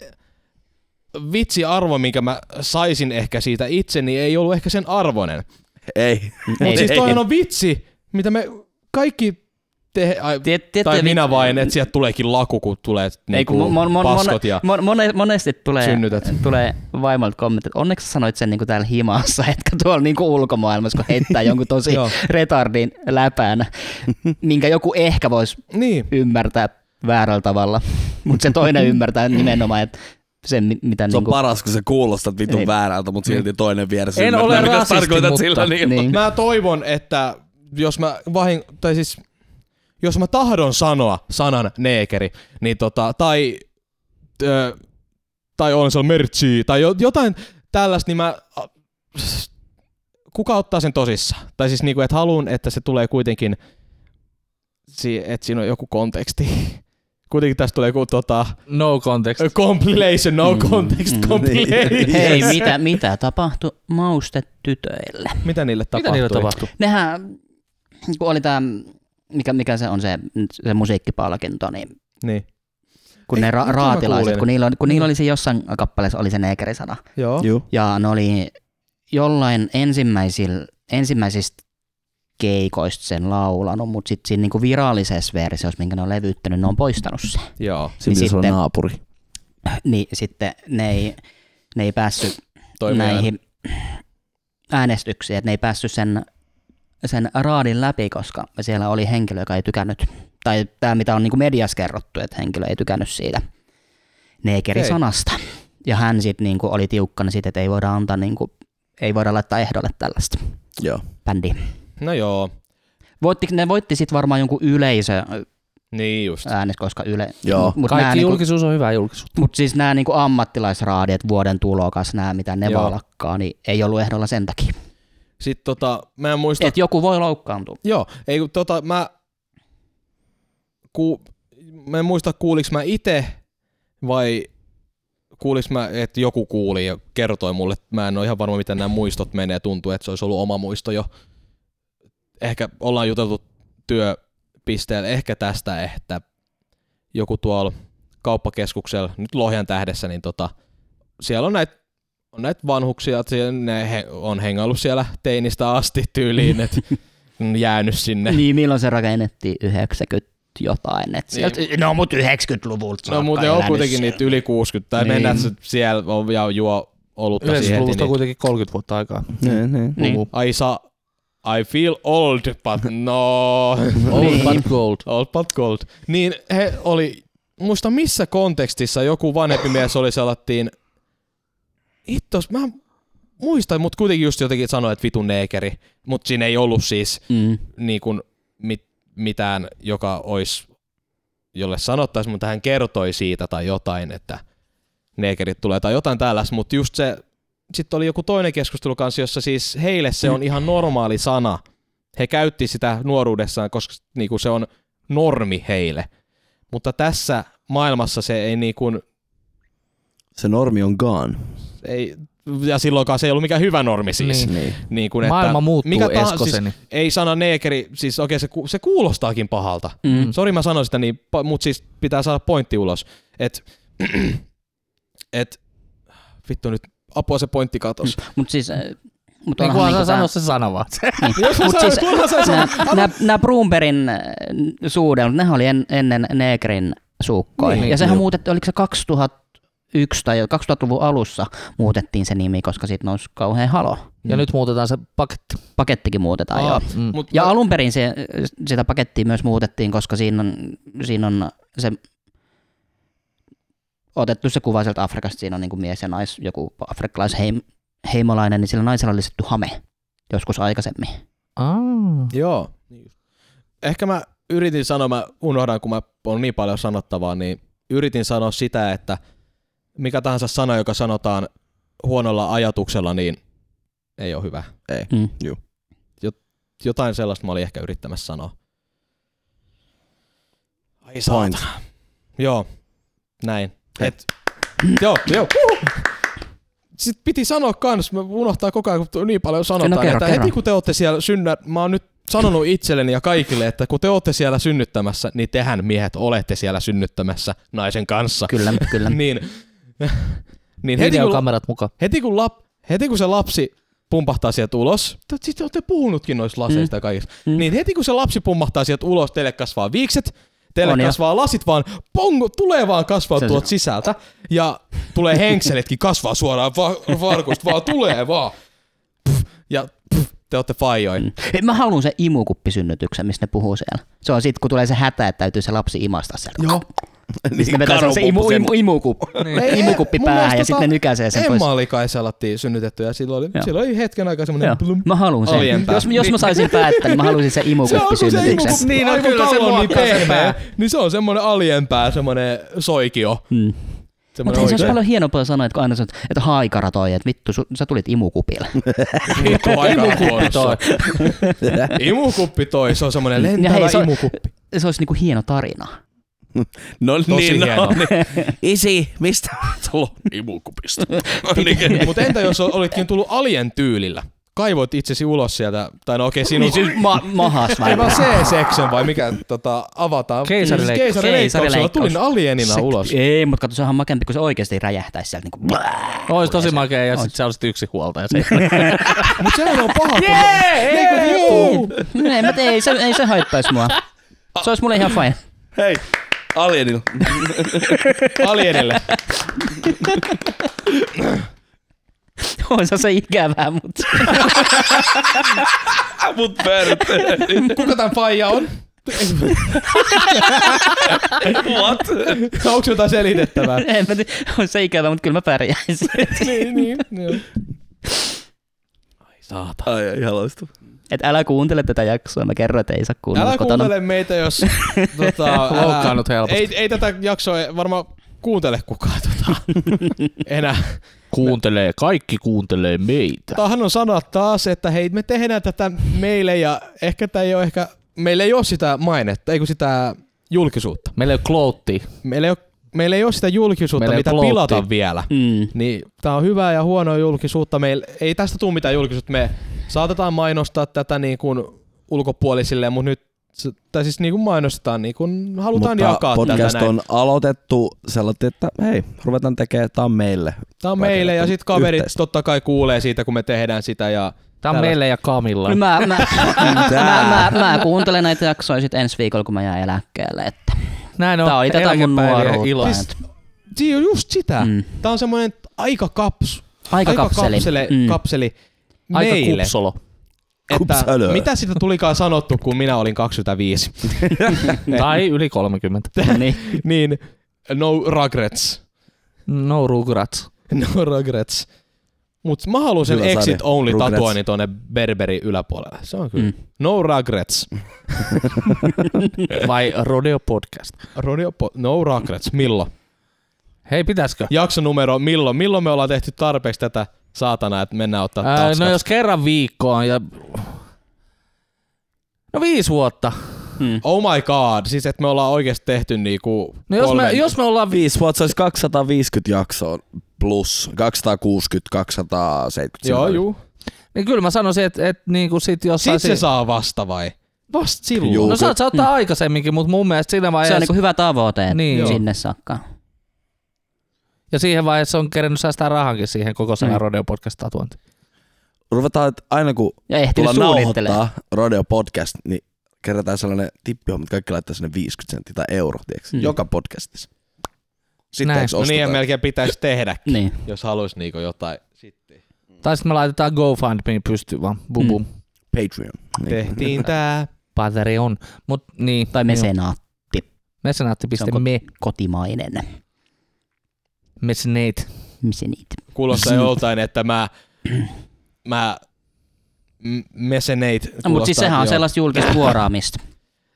[SPEAKER 3] vitsi arvo, minkä mä saisin ehkä siitä itse, niin ei ollut ehkä sen arvoinen.
[SPEAKER 4] Ei.
[SPEAKER 3] Mutta
[SPEAKER 1] Ei,
[SPEAKER 3] siis
[SPEAKER 1] ei.
[SPEAKER 3] toihan on vitsi, mitä me kaikki te, ai,
[SPEAKER 1] Tiet- tiettyjä
[SPEAKER 3] tai
[SPEAKER 1] vi-
[SPEAKER 3] minä vain, että sieltä tuleekin laku, kun tulee
[SPEAKER 1] Ei,
[SPEAKER 3] niinku
[SPEAKER 1] kun mon, mon, mon,
[SPEAKER 3] paskot ja...
[SPEAKER 1] mon, mon, monesti tulee,
[SPEAKER 3] synnytät.
[SPEAKER 1] tulee vaimolta kommentti, että onneksi sä sanoit sen niin kuin täällä himassa, etkä tuolla niin kuin ulkomaailmassa, kun heittää jonkun tosi
[SPEAKER 3] Joo.
[SPEAKER 1] retardin läpään, minkä joku ehkä voisi
[SPEAKER 3] Niin,
[SPEAKER 1] ymmärtää väärällä tavalla, mutta sen toinen ymmärtää nimenomaan, että sen mi- mitä
[SPEAKER 4] Se on
[SPEAKER 1] niinku,
[SPEAKER 4] paras, kun sä kuulostat vitun
[SPEAKER 1] Niin.
[SPEAKER 4] väärältä, mutta silti toinen vieressä
[SPEAKER 2] En
[SPEAKER 4] ymmärtää,
[SPEAKER 2] ole
[SPEAKER 4] mitä sä
[SPEAKER 2] rasisti,
[SPEAKER 4] tarkoitat
[SPEAKER 2] mutta-
[SPEAKER 4] sillä niin.
[SPEAKER 1] niin,
[SPEAKER 3] mä toivon, että jos mä vahin... Tai siis, jos mä tahdon sanoa sanan neekeri, niin tota, tai, ö, tai on se merchi, tai jo- jotain tällaista, niin mä, a- kuka ottaa sen tosissaan? Tai siis niinku, että haluan, että se tulee kuitenkin, si- että siinä on joku konteksti. Kuitenkin tästä tulee joku tota,
[SPEAKER 2] No context.
[SPEAKER 3] compilation, no
[SPEAKER 1] Mm,
[SPEAKER 3] context,
[SPEAKER 1] mm.
[SPEAKER 3] compilation.
[SPEAKER 1] Hei, mitä, mitä tapahtui maustetytöille?
[SPEAKER 3] Mitä niille tapahtui?
[SPEAKER 2] Mitä niillä tapahtui?
[SPEAKER 1] Nehän, kun oli tämä, mikä, mikä se on se, se musiikkipalkinto, niin
[SPEAKER 3] Niin.
[SPEAKER 1] kun
[SPEAKER 3] Ei,
[SPEAKER 1] ne ra-
[SPEAKER 3] mitä mä
[SPEAKER 1] raatilaiset,
[SPEAKER 3] kuulin?
[SPEAKER 1] kun niillä, oli- kun niillä
[SPEAKER 3] Niin.
[SPEAKER 1] oli se jossain kappaleessa oli se neekerisana,
[SPEAKER 3] Joo.
[SPEAKER 4] Juu.
[SPEAKER 1] ja ne oli jollain ensimmäisil, ensimmäisistä keikoista sen laulanut, mutta sitten siinä niinku virallisessa versiossa, minkä ne on levyttänyt, ne on poistanut sen.
[SPEAKER 3] Joo.
[SPEAKER 4] Siinä
[SPEAKER 1] Niin
[SPEAKER 4] niin on
[SPEAKER 1] sitten-
[SPEAKER 4] naapuri.
[SPEAKER 1] Niin sitten ne ei, ne ei päässyt
[SPEAKER 3] Toimii
[SPEAKER 1] näihin äänestyksiin, että ne ei päässyt sen, sen raadin läpi, koska siellä oli henkilö, joka ei tykännyt, tai tämä mitä on niin mediassa kerrottu, että henkilö ei tykännyt siitä
[SPEAKER 3] Ei.
[SPEAKER 1] neekeri-sanasta. Ja hän sitten niin oli tiukkana siitä, että ei voida antaa, niin kuin, ei voida laittaa ehdolle tällaista
[SPEAKER 4] Joo.
[SPEAKER 1] bändiä.
[SPEAKER 3] No joo,
[SPEAKER 1] Voitti, ne voitti sitten varmaan jonkun yleisö
[SPEAKER 3] niin just.
[SPEAKER 1] äänes, koska yle...
[SPEAKER 4] Joo.
[SPEAKER 1] Mut nää
[SPEAKER 2] Kaikki
[SPEAKER 1] niinku-
[SPEAKER 2] julkisuus on hyvää julkisuutta.
[SPEAKER 1] Mutta siis nämä niinku ammattilaisraadit, vuoden tulokas, nämä mitä ne
[SPEAKER 3] Joo.
[SPEAKER 1] valakkaa, niin ei ollut ehdolla sen takia.
[SPEAKER 3] Sitten tota, mä en muista...
[SPEAKER 1] Että joku voi loukkaantua.
[SPEAKER 3] Joo, ei kun tota, mä... Ku, mä en muista kuuliks mä itse vai kuuliks mä, että joku kuuli ja kertoi mulle. Mä en ole ihan varma, miten nämä muistot menee. Tuntuu, että se olisi ollut oma muisto jo. Ehkä ollaan juteltu työpisteellä, ehkä tästä, että joku tuolla kauppakeskuksella, nyt Lohjan tähdessä, niin tota, siellä on näitä on näitä vanhuksia, että siellä ne he, on hengaillut siellä teinistä asti tyyliin, että on jäänyt sinne.
[SPEAKER 1] Niin, milloin se rakennettiin? 90 jotain. Et sieltä,
[SPEAKER 3] Niin.
[SPEAKER 1] No, mutta 90-luvulta
[SPEAKER 3] No
[SPEAKER 1] saakka
[SPEAKER 3] muuten on
[SPEAKER 1] elänyt
[SPEAKER 3] kuitenkin
[SPEAKER 1] siellä.
[SPEAKER 3] niitä yli 60, tai
[SPEAKER 1] Niin.
[SPEAKER 3] niin. mennään sit siellä on, ja juo olutta siihen heti.
[SPEAKER 2] Yleisöluvusta on
[SPEAKER 3] Niin.
[SPEAKER 2] kuitenkin 30 vuotta aikaa.
[SPEAKER 4] Niin, niin.
[SPEAKER 1] Niin.
[SPEAKER 3] Ai saa, I feel old, but no.
[SPEAKER 1] Niin.
[SPEAKER 2] Old but gold.
[SPEAKER 3] old, but gold. Niin he oli, muista missä kontekstissa joku vanhempi mies oli selattiin, hittos, mä muistan, mutta kuitenkin just jotenkin sanoi, että vitun neekeri, mutta siinä ei ollut siis
[SPEAKER 1] Mm.
[SPEAKER 3] niin kuin mit, mitään, joka olisi, jolle sanottaisiin, mutta hän kertoi siitä tai jotain, että neekerit tulee tai jotain tällaista, mutta just se, sitten oli joku toinen keskustelu kanssa, jossa siis heille se on ihan normaali sana. He käytti sitä nuoruudessaan, koska niin kuin se on normi heille. Mutta tässä maailmassa se ei niin kuin,
[SPEAKER 4] Se normi on gone.
[SPEAKER 3] ei, ja silloinkaan se ei ollut mikään hyvä normi siis. Niin.
[SPEAKER 4] Niin.
[SPEAKER 3] Niin kuin, että
[SPEAKER 2] Maailma muuttuu,
[SPEAKER 3] mikä tahansa-
[SPEAKER 2] Eskoseni.
[SPEAKER 3] Siis, ei sana neekeri, siis okei se, ku- se kuulostaakin pahalta,
[SPEAKER 1] Mm.
[SPEAKER 3] Sori mä sanoin sitä, niin, mutta siis pitää saada pointti ulos. Et, et, vittu nyt, apua se pointti katos.
[SPEAKER 1] Mutta siis... äh, Mut
[SPEAKER 2] Niin
[SPEAKER 1] onhan
[SPEAKER 2] kunhan sä
[SPEAKER 1] niinku tää-
[SPEAKER 2] sanoo se sana vaan.
[SPEAKER 3] Jos mä
[SPEAKER 1] Mut
[SPEAKER 3] sanon,
[SPEAKER 1] siis-
[SPEAKER 3] kunhan sä sanon-
[SPEAKER 1] Nämä, nämä Brumberin suudelmat, äh, nehän oli en, ennen Neegrin suukkoja.
[SPEAKER 2] Niin,
[SPEAKER 1] ja sehän
[SPEAKER 4] joo.
[SPEAKER 1] muutettiin, oliko se 2001 tai 2000-luvun alussa muutettiin se nimi, koska siitä nousi kauhean halo.
[SPEAKER 2] Ja nyt muutetaan se paketti.
[SPEAKER 1] Pakettikin muutetaan,
[SPEAKER 3] Aa,
[SPEAKER 1] joo.
[SPEAKER 2] Mm.
[SPEAKER 3] Mut
[SPEAKER 1] Ja
[SPEAKER 3] mä-
[SPEAKER 1] alun perin se, sitä pakettia myös muutettiin, koska siinä on, siinä on se otettu se kuva sieltä Afrikasta, siinä on niin kuin mies ja nais, joku afrikkalaisheimolainen, niin sillä naisella oli lisätty hame joskus aikaisemmin.
[SPEAKER 2] Ah.
[SPEAKER 3] Joo. Niin Ehkä mä yritin sanoa, mä unohdan, kun mä on niin paljon sanottavaa, niin yritin sanoa sitä, että mikä tahansa sana, joka sanotaan huonolla ajatuksella, niin ei ole hyvä.
[SPEAKER 1] Mm.
[SPEAKER 3] Jotain sellaista mä olin ehkä yrittämässä sanoa. Ai
[SPEAKER 4] Point.
[SPEAKER 3] saatana. Joo, näin.
[SPEAKER 4] Hei.
[SPEAKER 3] Et, joo, joo. Sitten piti sanoa kans, mä unohtaa koko ajan, kun niin paljon sanotaan.
[SPEAKER 1] No kerro,
[SPEAKER 3] että
[SPEAKER 1] kerro.
[SPEAKER 3] Heti kun te olette siellä synnä, mä oon nyt sanonut itselleni ja kaikille, että kun te olette siellä synnyttämässä, niin tehän miehet olette siellä synnyttämässä naisen kanssa.
[SPEAKER 1] Kyllä, kyllä.
[SPEAKER 3] Niin, niin heti, kun,
[SPEAKER 2] Videokamerat mukaan.
[SPEAKER 3] heti, kun lap, heti kun se lapsi pumpahtaa sieltä ulos, sitten olette puhunutkin noista laseista mm. ja kaikista,
[SPEAKER 1] Mm.
[SPEAKER 3] mm. niin heti kun se lapsi pumpahtaa sieltä ulos, teille kasvaa viikset, teille
[SPEAKER 1] On jo.
[SPEAKER 3] kasvaa lasit vaan, pongo, tulee vaan kasvaa
[SPEAKER 1] Se-
[SPEAKER 3] tuolta sisältä, ja tulee henkseletkin kasvaa suoraan va- varkusta, vaan tulee vaan. Puff, ja puff, te olette faijoi.
[SPEAKER 1] Hei, Mm. Mä haluan sen imukuppisynnytyksen, mistä ne puhuu siellä. Se on sit, kun tulee se hätä, että täytyy se lapsi imasta sieltä.
[SPEAKER 4] Joo.
[SPEAKER 1] Niin, sitten ne vetää se imu, imu, imukuppi,
[SPEAKER 3] Ei,
[SPEAKER 1] imukuppi
[SPEAKER 3] mun
[SPEAKER 1] päähän
[SPEAKER 3] mielestä tota,
[SPEAKER 1] ja sitten ne nykäisee sen pois.
[SPEAKER 3] Emma oli kai salattiin synnytetty ja silloin oli,
[SPEAKER 1] Joo.
[SPEAKER 3] silloin oli hetken aikaa semmoinen
[SPEAKER 1] Joo.
[SPEAKER 3] blum.
[SPEAKER 1] Mä haluan sen.
[SPEAKER 3] Ovien päälle.
[SPEAKER 1] Jos, jos mä saisin päättää, niin mä haluaisin sen
[SPEAKER 3] Se on
[SPEAKER 1] imukuppi
[SPEAKER 3] kun se
[SPEAKER 1] synnytyksen.
[SPEAKER 3] imuku-
[SPEAKER 2] Niin, no
[SPEAKER 3] aivan
[SPEAKER 2] kyllä se
[SPEAKER 3] kalvon niin
[SPEAKER 2] muokkaa sen
[SPEAKER 3] pehmeä,
[SPEAKER 2] pää.
[SPEAKER 3] Niin se on semmoinen aljenpää, semmoinen soikio.
[SPEAKER 1] Mm. Mutta
[SPEAKER 3] Semmoinen
[SPEAKER 1] hei, se olisi
[SPEAKER 3] oikein.
[SPEAKER 1] paljon hienompaa sanoa, että kun aina sanot, että haikara toi, että vittu, su, sä tulit imukupilla.
[SPEAKER 3] Vittu aika
[SPEAKER 2] Imukuppi toi.
[SPEAKER 3] huonossa. Imukuppi toi, se on semmoinen
[SPEAKER 1] Ja
[SPEAKER 3] lentävä
[SPEAKER 1] hei, Niin, se on-
[SPEAKER 3] imukuppi.
[SPEAKER 1] Se olisi niinku hieno tarina.
[SPEAKER 4] No
[SPEAKER 3] Tosi
[SPEAKER 4] niin,
[SPEAKER 3] hieno.
[SPEAKER 4] no niin. Isi, mistä olet tullut imukupista? No niin.
[SPEAKER 3] Mutta entä jos olitkin tullut alien tyylillä? Kaivoit itsesi ulos sieltä, tai no okei, sinun...
[SPEAKER 1] Niin siis ma- mahas
[SPEAKER 3] Ei
[SPEAKER 1] vai?
[SPEAKER 3] vaan C-section vai mikä tota, avataan? Siis
[SPEAKER 2] Keisarileikkaus.
[SPEAKER 3] Keisarileikkauksella
[SPEAKER 1] Keisarileikkaus.
[SPEAKER 3] tulin alienina ulos.
[SPEAKER 1] Ei, mutta kato, se on makempi, kun se oikeasti räjähtäisi sieltä. Niin kuin,
[SPEAKER 2] Ois tosi makea ja sit sä olisit yksi huoltaja. Se
[SPEAKER 3] Mut sehän on paha, kun... Ei kun juu!
[SPEAKER 1] Mm, ei, mä, ei, se, ei se haittaisi mua. Se olisi mulle ihan fine.
[SPEAKER 4] Hei, alienilla.
[SPEAKER 3] Alienille.
[SPEAKER 1] On se, se ikävää, mutta
[SPEAKER 4] Mut päädyt.
[SPEAKER 3] Kuka tän faija on?
[SPEAKER 4] What?
[SPEAKER 3] Onks jotain selitettävää?
[SPEAKER 1] en mä tiedä. on se ikävää, mutta kyllä mä pärjäisin.
[SPEAKER 3] niin, niin. joo.
[SPEAKER 4] Ai, ai, ihan loistava.
[SPEAKER 1] Et älä kuuntele tätä jaksoa, mä kerron, että ei saa kuunnella
[SPEAKER 3] Älä
[SPEAKER 1] kotona.
[SPEAKER 3] kuuntele meitä, jos... tota, älä-
[SPEAKER 2] loukkaannut helposti.
[SPEAKER 3] ei, ei tätä jaksoa varmaan kuuntele kukaan tota, enää.
[SPEAKER 2] Kuuntelee, kaikki kuuntelee meitä.
[SPEAKER 3] Tämähän on sana taas, että hei, me tehdään tätä meille ja ehkä tämä ei ole ehkä... Meillä ei ole sitä mainetta, ei kun sitä julkisuutta.
[SPEAKER 2] Meillä ei ole klouttia.
[SPEAKER 3] Meillä ei ole, meillä ei ole sitä julkisuutta,
[SPEAKER 2] Meillä ei
[SPEAKER 3] mitä
[SPEAKER 2] ole
[SPEAKER 3] pilata
[SPEAKER 2] ploutti.
[SPEAKER 3] vielä.
[SPEAKER 1] Mm.
[SPEAKER 3] Niin tämä on hyvää ja huonoa julkisuutta. Meillä ei tästä tule mitään julkisuutta. Me saatetaan mainostaa tätä niin kuin ulkopuolisille, mutta nyt se- tai siis niin kuin mainostetaan, niin kuin halutaan
[SPEAKER 4] Mutta
[SPEAKER 3] jakaa
[SPEAKER 4] podcast
[SPEAKER 3] tätä näin.
[SPEAKER 4] on aloitettu sellainen, että hei, ruvetaan tekemään, tää on meille.
[SPEAKER 3] Tämä on
[SPEAKER 4] Kaikille
[SPEAKER 3] meille ja
[SPEAKER 4] tullut
[SPEAKER 3] sitten kaverit
[SPEAKER 4] yhteistä.
[SPEAKER 3] totta kai kuulee siitä, kun me tehdään sitä. Ja
[SPEAKER 2] Tää on
[SPEAKER 3] Täällä-
[SPEAKER 2] meille ja Kamilla.
[SPEAKER 1] Kyllä No mä, mä, mä, mä, mä, kuuntelen näitä jaksoja sit ensi viikolla, kun mä jään eläkkeelle. Että.
[SPEAKER 2] Näin
[SPEAKER 1] No,
[SPEAKER 2] on.
[SPEAKER 1] Tää oli tätä mun
[SPEAKER 2] eläkepäivien
[SPEAKER 1] nuoruutta.
[SPEAKER 2] ilo.
[SPEAKER 1] Siis,
[SPEAKER 3] Siinä on just sitä.
[SPEAKER 1] Mm.
[SPEAKER 3] Mm. Tämä on semmoinen aikakaps,
[SPEAKER 1] Aikakapseli.
[SPEAKER 3] Aikakapsele,
[SPEAKER 1] Mm.
[SPEAKER 3] mm. kapseli
[SPEAKER 2] Aika
[SPEAKER 3] meille.
[SPEAKER 2] kupsolo.
[SPEAKER 3] että
[SPEAKER 4] Kupsalö.
[SPEAKER 3] mitä sitä tulikaan sanottu, kun minä olin 25?
[SPEAKER 2] Tai yli 30.
[SPEAKER 1] niin.
[SPEAKER 3] niin, no regrets.
[SPEAKER 2] No rugrats.
[SPEAKER 3] No regrets. Mutta mä haluan sen
[SPEAKER 4] Hyvä sarja.
[SPEAKER 3] exit only
[SPEAKER 4] Regrets.
[SPEAKER 3] tatuoinnin tonne berberi yläpuolelle. Se on kyllä.
[SPEAKER 1] Mm.
[SPEAKER 3] Mm. No regrets.
[SPEAKER 2] Vai Rodeo Podcast.
[SPEAKER 3] Rodeo po- no regrets. Milloin?
[SPEAKER 2] Hei, pitäisikö?
[SPEAKER 3] Jakson numero on milloin? Milloin me ollaan tehty tarpeeksi tätä saatana, että mennään ottaa
[SPEAKER 2] Ää,
[SPEAKER 3] taas
[SPEAKER 2] no jos kerran viikkoon ja... No viisi vuotta.
[SPEAKER 1] Mm.
[SPEAKER 3] Oh my god, siis että me ollaan oikeasti tehty niinku
[SPEAKER 2] No jos me,
[SPEAKER 3] kolmen-
[SPEAKER 2] jos me ollaan viisi.
[SPEAKER 4] Viisi vuotta, se olisi 250 jaksoa plus 260, 270.
[SPEAKER 3] Joo, juu.
[SPEAKER 2] Niin kyllä mä sanoisin, että et, niinku sit jossain...
[SPEAKER 3] Sit se
[SPEAKER 2] si-
[SPEAKER 3] saa vasta vai? No Vasta silloin.
[SPEAKER 4] Juu.
[SPEAKER 2] No saat se ottaa aikaisemminkin, mutta mun mielestä siinä
[SPEAKER 1] Se
[SPEAKER 2] vaiheessa...
[SPEAKER 1] on niinku hyvä tavoite, että
[SPEAKER 2] Niin.
[SPEAKER 1] niin,
[SPEAKER 2] Joo.
[SPEAKER 1] sinne saakka.
[SPEAKER 2] Ja siihen vaiheessa on kerennyt säästää rahankin siihen koko sen
[SPEAKER 1] Niin.
[SPEAKER 2] Rodeo Podcast tatuointi.
[SPEAKER 4] Ruvetaan, että aina kun
[SPEAKER 1] Ja ehtinyt
[SPEAKER 4] tullaan
[SPEAKER 1] suunnittelee.
[SPEAKER 4] nauhoittaa Rodeo Podcast, niin kerätään sellainen tippi, mutta kaikki laittaa sinne 50 senttiä tai euro, tiiäks,
[SPEAKER 1] Mm.
[SPEAKER 4] joka podcastissa. Sitten
[SPEAKER 2] Näin.
[SPEAKER 4] eikö
[SPEAKER 3] No niin,
[SPEAKER 4] osteta?
[SPEAKER 3] melkein pitäisi tehdä,
[SPEAKER 1] Niin.
[SPEAKER 3] jos haluaisi niinku jotain.
[SPEAKER 2] Tai sitten me laitetaan GoFundMe pystyyn vaan. Bum
[SPEAKER 1] Mm.
[SPEAKER 2] bum.
[SPEAKER 4] Patreon. Niin.
[SPEAKER 3] Tehtiin tää.
[SPEAKER 2] Patreon. Mut niin.
[SPEAKER 1] Tai mesenaatti
[SPEAKER 2] Mesenaatti.me.
[SPEAKER 1] kotimainen.
[SPEAKER 2] Mesenate.
[SPEAKER 1] Mesenit.
[SPEAKER 3] Kuulostaa joltain, että mä... Mä...
[SPEAKER 2] No
[SPEAKER 3] m- Meseneit.
[SPEAKER 1] No, mutta siis
[SPEAKER 3] kuulostaa,
[SPEAKER 1] sehän on
[SPEAKER 3] joo.
[SPEAKER 1] sellaista julkista vuoraamista.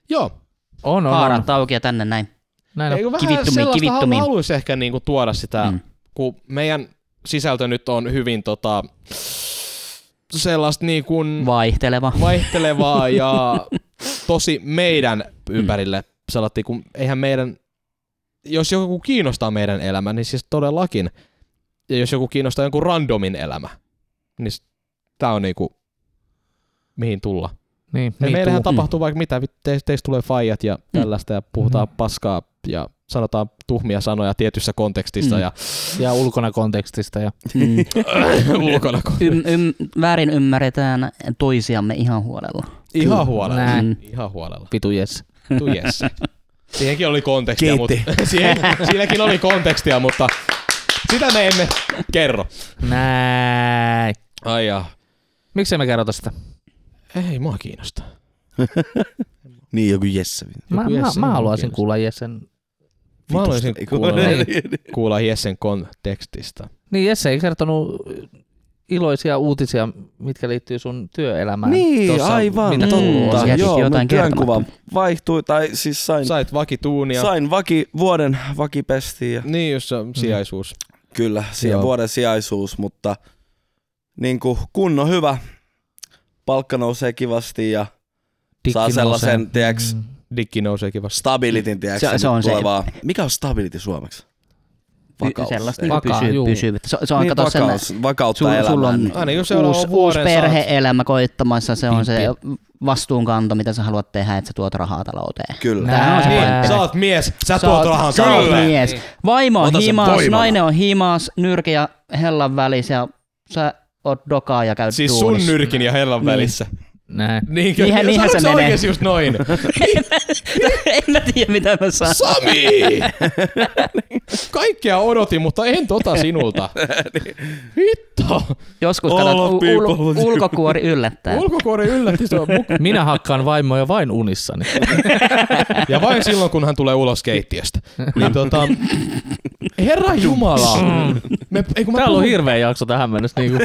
[SPEAKER 3] Joo.
[SPEAKER 2] On, on, on.
[SPEAKER 1] Haarat auki ja tänne näin.
[SPEAKER 2] Näin on.
[SPEAKER 3] Eikö vähän
[SPEAKER 1] kivittumiin,
[SPEAKER 3] sellaista
[SPEAKER 1] kivittumiin.
[SPEAKER 3] mä haluaisin ehkä niinku tuoda sitä,
[SPEAKER 1] Mm.
[SPEAKER 3] mm. kun meidän sisältö nyt on hyvin tota, sellaista niinku
[SPEAKER 1] Vaihteleva.
[SPEAKER 3] vaihtelevaa ja tosi meidän ympärille sellaista, kun eihän meidän, jos joku kiinnostaa meidän elämä, niin siis todellakin, ja jos joku kiinnostaa jonkun randomin elämä, niin tämä on niinku, mihin tulla.
[SPEAKER 2] Niin,
[SPEAKER 3] Me
[SPEAKER 2] me
[SPEAKER 3] meillähän
[SPEAKER 2] too.
[SPEAKER 3] tapahtuu vaikka mitä, vittu, teistä teistä tulee faijat ja tällaista ja puhutaan paskaa ja sanotaan tuhmia sanoja tietyssä kontekstissa
[SPEAKER 1] Mm.
[SPEAKER 3] ja
[SPEAKER 2] ja ulkona kontekstista. Ja.
[SPEAKER 1] Mm.
[SPEAKER 3] ulkona. kon-
[SPEAKER 1] Ym, ym, väärin ymmärretään toisiamme ihan huolella.
[SPEAKER 3] Ihan huolella.
[SPEAKER 2] Näin.
[SPEAKER 1] Mm.
[SPEAKER 3] Ihan huolella.
[SPEAKER 2] Vitu jes.
[SPEAKER 3] Vittu Jesse. Siihenkin oli kontekstia, mutta
[SPEAKER 4] Kiitti.
[SPEAKER 3] siihen, siinäkin oli kontekstia, mutta sitä me emme kerro.
[SPEAKER 2] Näin.
[SPEAKER 3] Ai jaa.
[SPEAKER 2] Miksei me kerrota sitä?
[SPEAKER 3] Ei mua kiinnosta.
[SPEAKER 4] Niin, joku Jesse.
[SPEAKER 2] Mä,
[SPEAKER 3] Joku
[SPEAKER 2] mä,
[SPEAKER 3] Jesse
[SPEAKER 2] mä
[SPEAKER 3] on
[SPEAKER 2] haluaisin
[SPEAKER 3] kiinnostunut.
[SPEAKER 2] kuulla Jessen
[SPEAKER 3] Mä haluaisin
[SPEAKER 4] vitusta ei
[SPEAKER 3] kuulla,
[SPEAKER 4] kuunnella.
[SPEAKER 3] kuulla Jessen kontekstista.
[SPEAKER 2] Niin Jesse ei kertonut iloisia uutisia, mitkä liittyy sun työelämään.
[SPEAKER 4] Niin,
[SPEAKER 2] tossa
[SPEAKER 4] aivan.
[SPEAKER 2] minä
[SPEAKER 1] totta.
[SPEAKER 2] tullaan.
[SPEAKER 1] Jätit
[SPEAKER 4] joo,
[SPEAKER 1] jotain
[SPEAKER 4] mun työnkuva
[SPEAKER 1] kertomatta.
[SPEAKER 4] vaihtui, tai siis sain,
[SPEAKER 3] Sait vakituunia.
[SPEAKER 4] sain vaki, vuoden vakipestiä. Ja
[SPEAKER 3] Niin, jos on sijaisuus.
[SPEAKER 4] Kyllä, siellä
[SPEAKER 3] Joo.
[SPEAKER 4] vuoden sijaisuus, mutta niin kuin kunno hyvä. Palkka nousee kivasti ja
[SPEAKER 2] Dikki
[SPEAKER 4] saa
[SPEAKER 2] nousee.
[SPEAKER 4] sellaisen, tiedäks,
[SPEAKER 2] Mm.
[SPEAKER 3] Dikki nouseekin vasta.
[SPEAKER 4] stabilitin, tiedätkö,
[SPEAKER 1] Se-
[SPEAKER 4] se,
[SPEAKER 1] se on se-
[SPEAKER 4] tulevaa. Mikä on stability suomeksi? Vakaus.
[SPEAKER 1] Sellaista
[SPEAKER 4] Ei.
[SPEAKER 1] niin
[SPEAKER 2] Vakaa,
[SPEAKER 1] pysyy,
[SPEAKER 2] juu.
[SPEAKER 1] pysyvyyttä. Se, se on,
[SPEAKER 4] niin,
[SPEAKER 1] kato sen,
[SPEAKER 4] vakaus, vakautta
[SPEAKER 1] sul,
[SPEAKER 4] elämään.
[SPEAKER 1] sulla on
[SPEAKER 3] Aina jos seuraavan
[SPEAKER 1] uusi, uusi
[SPEAKER 3] vuoden saat.
[SPEAKER 1] perhe-elämä koittamassa, se on se vastuunkanto, mitä sä haluat tehdä, että sä tuot rahaa talouteen.
[SPEAKER 4] Kyllä.
[SPEAKER 1] Tää on se
[SPEAKER 2] Nää.
[SPEAKER 1] pointti.
[SPEAKER 3] Niin, sä oot mies, sä
[SPEAKER 2] Sä oot-
[SPEAKER 3] tuot rahan
[SPEAKER 1] Sä oot
[SPEAKER 3] talouteen.
[SPEAKER 1] mies. Vaimo on
[SPEAKER 4] Ota sen
[SPEAKER 1] himas,
[SPEAKER 4] voimana.
[SPEAKER 1] nainen on himas, nyrki ja hellan välissä ja sä oot dokaa ja käyt
[SPEAKER 3] Siis sun
[SPEAKER 1] duunissa.
[SPEAKER 3] nyrkin ja hellan
[SPEAKER 1] Niin.
[SPEAKER 3] välissä.
[SPEAKER 2] Näin.
[SPEAKER 3] Niinkö?
[SPEAKER 1] Niinhän- niinhän se
[SPEAKER 3] Sanoitko
[SPEAKER 1] menee.
[SPEAKER 3] oikeesti just noin?
[SPEAKER 1] en mä tiedä mitä mä saan.
[SPEAKER 3] Sami! Kaikkea odotin, mutta en tota sinulta. Hitto!
[SPEAKER 1] Joskus
[SPEAKER 4] All
[SPEAKER 1] katsot,
[SPEAKER 4] of
[SPEAKER 1] u-
[SPEAKER 4] people.
[SPEAKER 1] ul- ulkokuori yllättää.
[SPEAKER 3] Ulkokuori yllätti sua muk-
[SPEAKER 2] Minä hakkaan vaimoja vain unissani.
[SPEAKER 3] Ja vain silloin, kun hän tulee ulos keittiöstä. Niin tota... Herra Jumala! Me, ei kun mä
[SPEAKER 2] Täällä on
[SPEAKER 3] puhun-
[SPEAKER 2] hirveä jakso tähän mennessä. Niin kuin.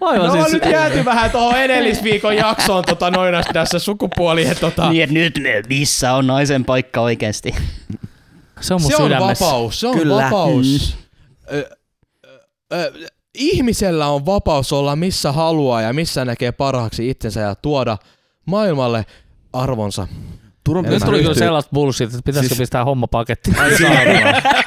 [SPEAKER 3] No
[SPEAKER 2] Aivan
[SPEAKER 3] siis...
[SPEAKER 2] siis.
[SPEAKER 3] nyt jääty vähän tuohon edellisviikon jaksoon tota, noin tässä sukupuoli. Et,
[SPEAKER 4] Ah.
[SPEAKER 3] tota,
[SPEAKER 1] Niin, et nyt me, missä on naisen paikka oikeesti?
[SPEAKER 2] Se on mun
[SPEAKER 3] se on
[SPEAKER 2] sydämessä. Mm.
[SPEAKER 3] vapaus, se on
[SPEAKER 4] Kyllä.
[SPEAKER 3] vapaus. Ö, ö, ö, ihmisellä on vapaus olla missä haluaa ja missä näkee parhaaksi itsensä ja tuoda maailmalle arvonsa.
[SPEAKER 4] Turun
[SPEAKER 2] Nyt
[SPEAKER 4] pitäisi
[SPEAKER 2] tuli kyllä
[SPEAKER 4] ryhtyä,
[SPEAKER 2] sellaista bullshit, että pitäisikö
[SPEAKER 4] Siis-
[SPEAKER 2] pistää homma pakettiin.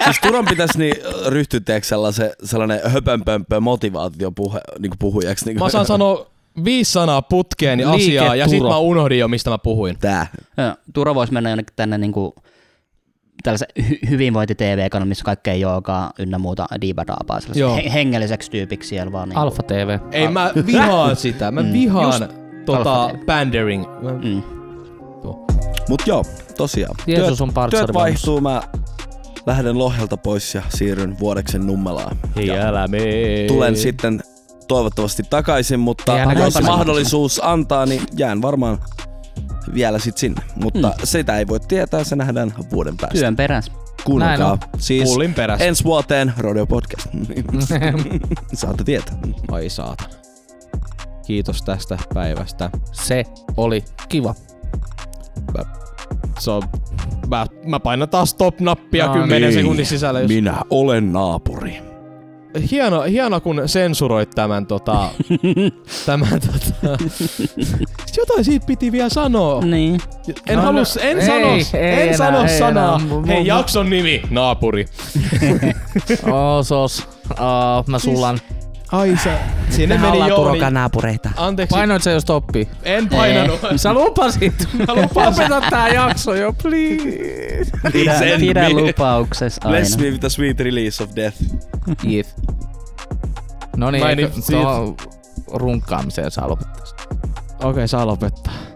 [SPEAKER 4] siis Turun pitäisi niin ryhtyä teeksi sellaisen, sellainen höpönpömpö motivaatio puhe, niin kuin puhujaksi. Niin
[SPEAKER 3] Mä saan sanoa viisi sanaa putkeen ja asiaa ja sit
[SPEAKER 2] Liiketuro.
[SPEAKER 3] mä unohdin jo mistä mä puhuin.
[SPEAKER 4] Tää.
[SPEAKER 1] Joo, Turo voisi mennä jonnekin tänne niinku tällaisen hy- hyvinvointi-tv-kanava, missä kaikkea joogaa ynnä muuta diibadaapaa
[SPEAKER 3] Joo.
[SPEAKER 1] he- hengelliseksi tyypiksi siellä vaan. Niinku.
[SPEAKER 2] Alfa TV.
[SPEAKER 3] Ei mä
[SPEAKER 2] Ah.
[SPEAKER 3] vihaan sitä,
[SPEAKER 2] Mm.
[SPEAKER 3] mä vihaan tota
[SPEAKER 1] Alfa-tyyppi.
[SPEAKER 3] pandering.
[SPEAKER 1] Mm.
[SPEAKER 4] Mut joo, tosiaan.
[SPEAKER 2] Jeesus on partsari.
[SPEAKER 4] Työt vaihtuu, mä lähden Lohjalta pois ja siirryn vuodeksen Nummelaan.
[SPEAKER 2] Hei, älä mee.
[SPEAKER 4] Tulen sitten toivottavasti takaisin, mutta
[SPEAKER 2] Ei ainakaan
[SPEAKER 4] jos
[SPEAKER 2] takaisin.
[SPEAKER 4] mahdollisuus antaa, niin jään varmaan vielä sit sinne. Mutta
[SPEAKER 2] Hmm.
[SPEAKER 1] Mm.
[SPEAKER 4] sitä ei voi tietää, se nähdään vuoden päästä.
[SPEAKER 1] Työn perässä.
[SPEAKER 2] Näin
[SPEAKER 4] Kuunnelkaa.
[SPEAKER 2] on.
[SPEAKER 4] Siis
[SPEAKER 3] Pullin perässä.
[SPEAKER 4] ensi vuoteen Rodeo Podcast. Saatte tietää.
[SPEAKER 3] Ai saatana. Kiitos tästä päivästä.
[SPEAKER 2] Se oli kiva.
[SPEAKER 3] Se on, mä, mä painan taas stop-nappia
[SPEAKER 2] No
[SPEAKER 3] 10
[SPEAKER 4] niin.
[SPEAKER 3] sekunnin sisällä. Jos...
[SPEAKER 4] Minä olen naapuri.
[SPEAKER 3] Hieno, hieno, kun sensuroit tämän tota... tämän tota... Jotain siitä piti vielä sanoa.
[SPEAKER 1] Niin.
[SPEAKER 2] No,
[SPEAKER 3] En no,
[SPEAKER 2] no,
[SPEAKER 3] halus, en
[SPEAKER 2] ei,
[SPEAKER 3] sano,
[SPEAKER 2] ei
[SPEAKER 3] en
[SPEAKER 2] enää,
[SPEAKER 3] sano
[SPEAKER 2] ei
[SPEAKER 3] sanaa.
[SPEAKER 2] enää. Mu- mu-
[SPEAKER 3] Hei, jakson nimi, naapuri.
[SPEAKER 2] Oh, sos. Oh, mä sulan.
[SPEAKER 3] Ai se. Sinne meni Jooni.
[SPEAKER 4] naapureita.
[SPEAKER 3] Anteeksi,
[SPEAKER 2] Painoit se jo stoppi.
[SPEAKER 3] en painanut.
[SPEAKER 2] Sä lupasit.
[SPEAKER 3] Mä lupasin.
[SPEAKER 2] Lopeta tää jakso jo, please.
[SPEAKER 1] Pidä,
[SPEAKER 4] Sen
[SPEAKER 1] pidä
[SPEAKER 4] mi-
[SPEAKER 1] lupauksessa
[SPEAKER 4] Bless
[SPEAKER 1] aina.
[SPEAKER 4] me with a sweet release of death.
[SPEAKER 2] Yes. No niin,
[SPEAKER 3] Mä en
[SPEAKER 2] eikö
[SPEAKER 3] nyt-
[SPEAKER 2] tuohon runkkaamiseen saa lopettaa.
[SPEAKER 3] Okei, saa lopettaa.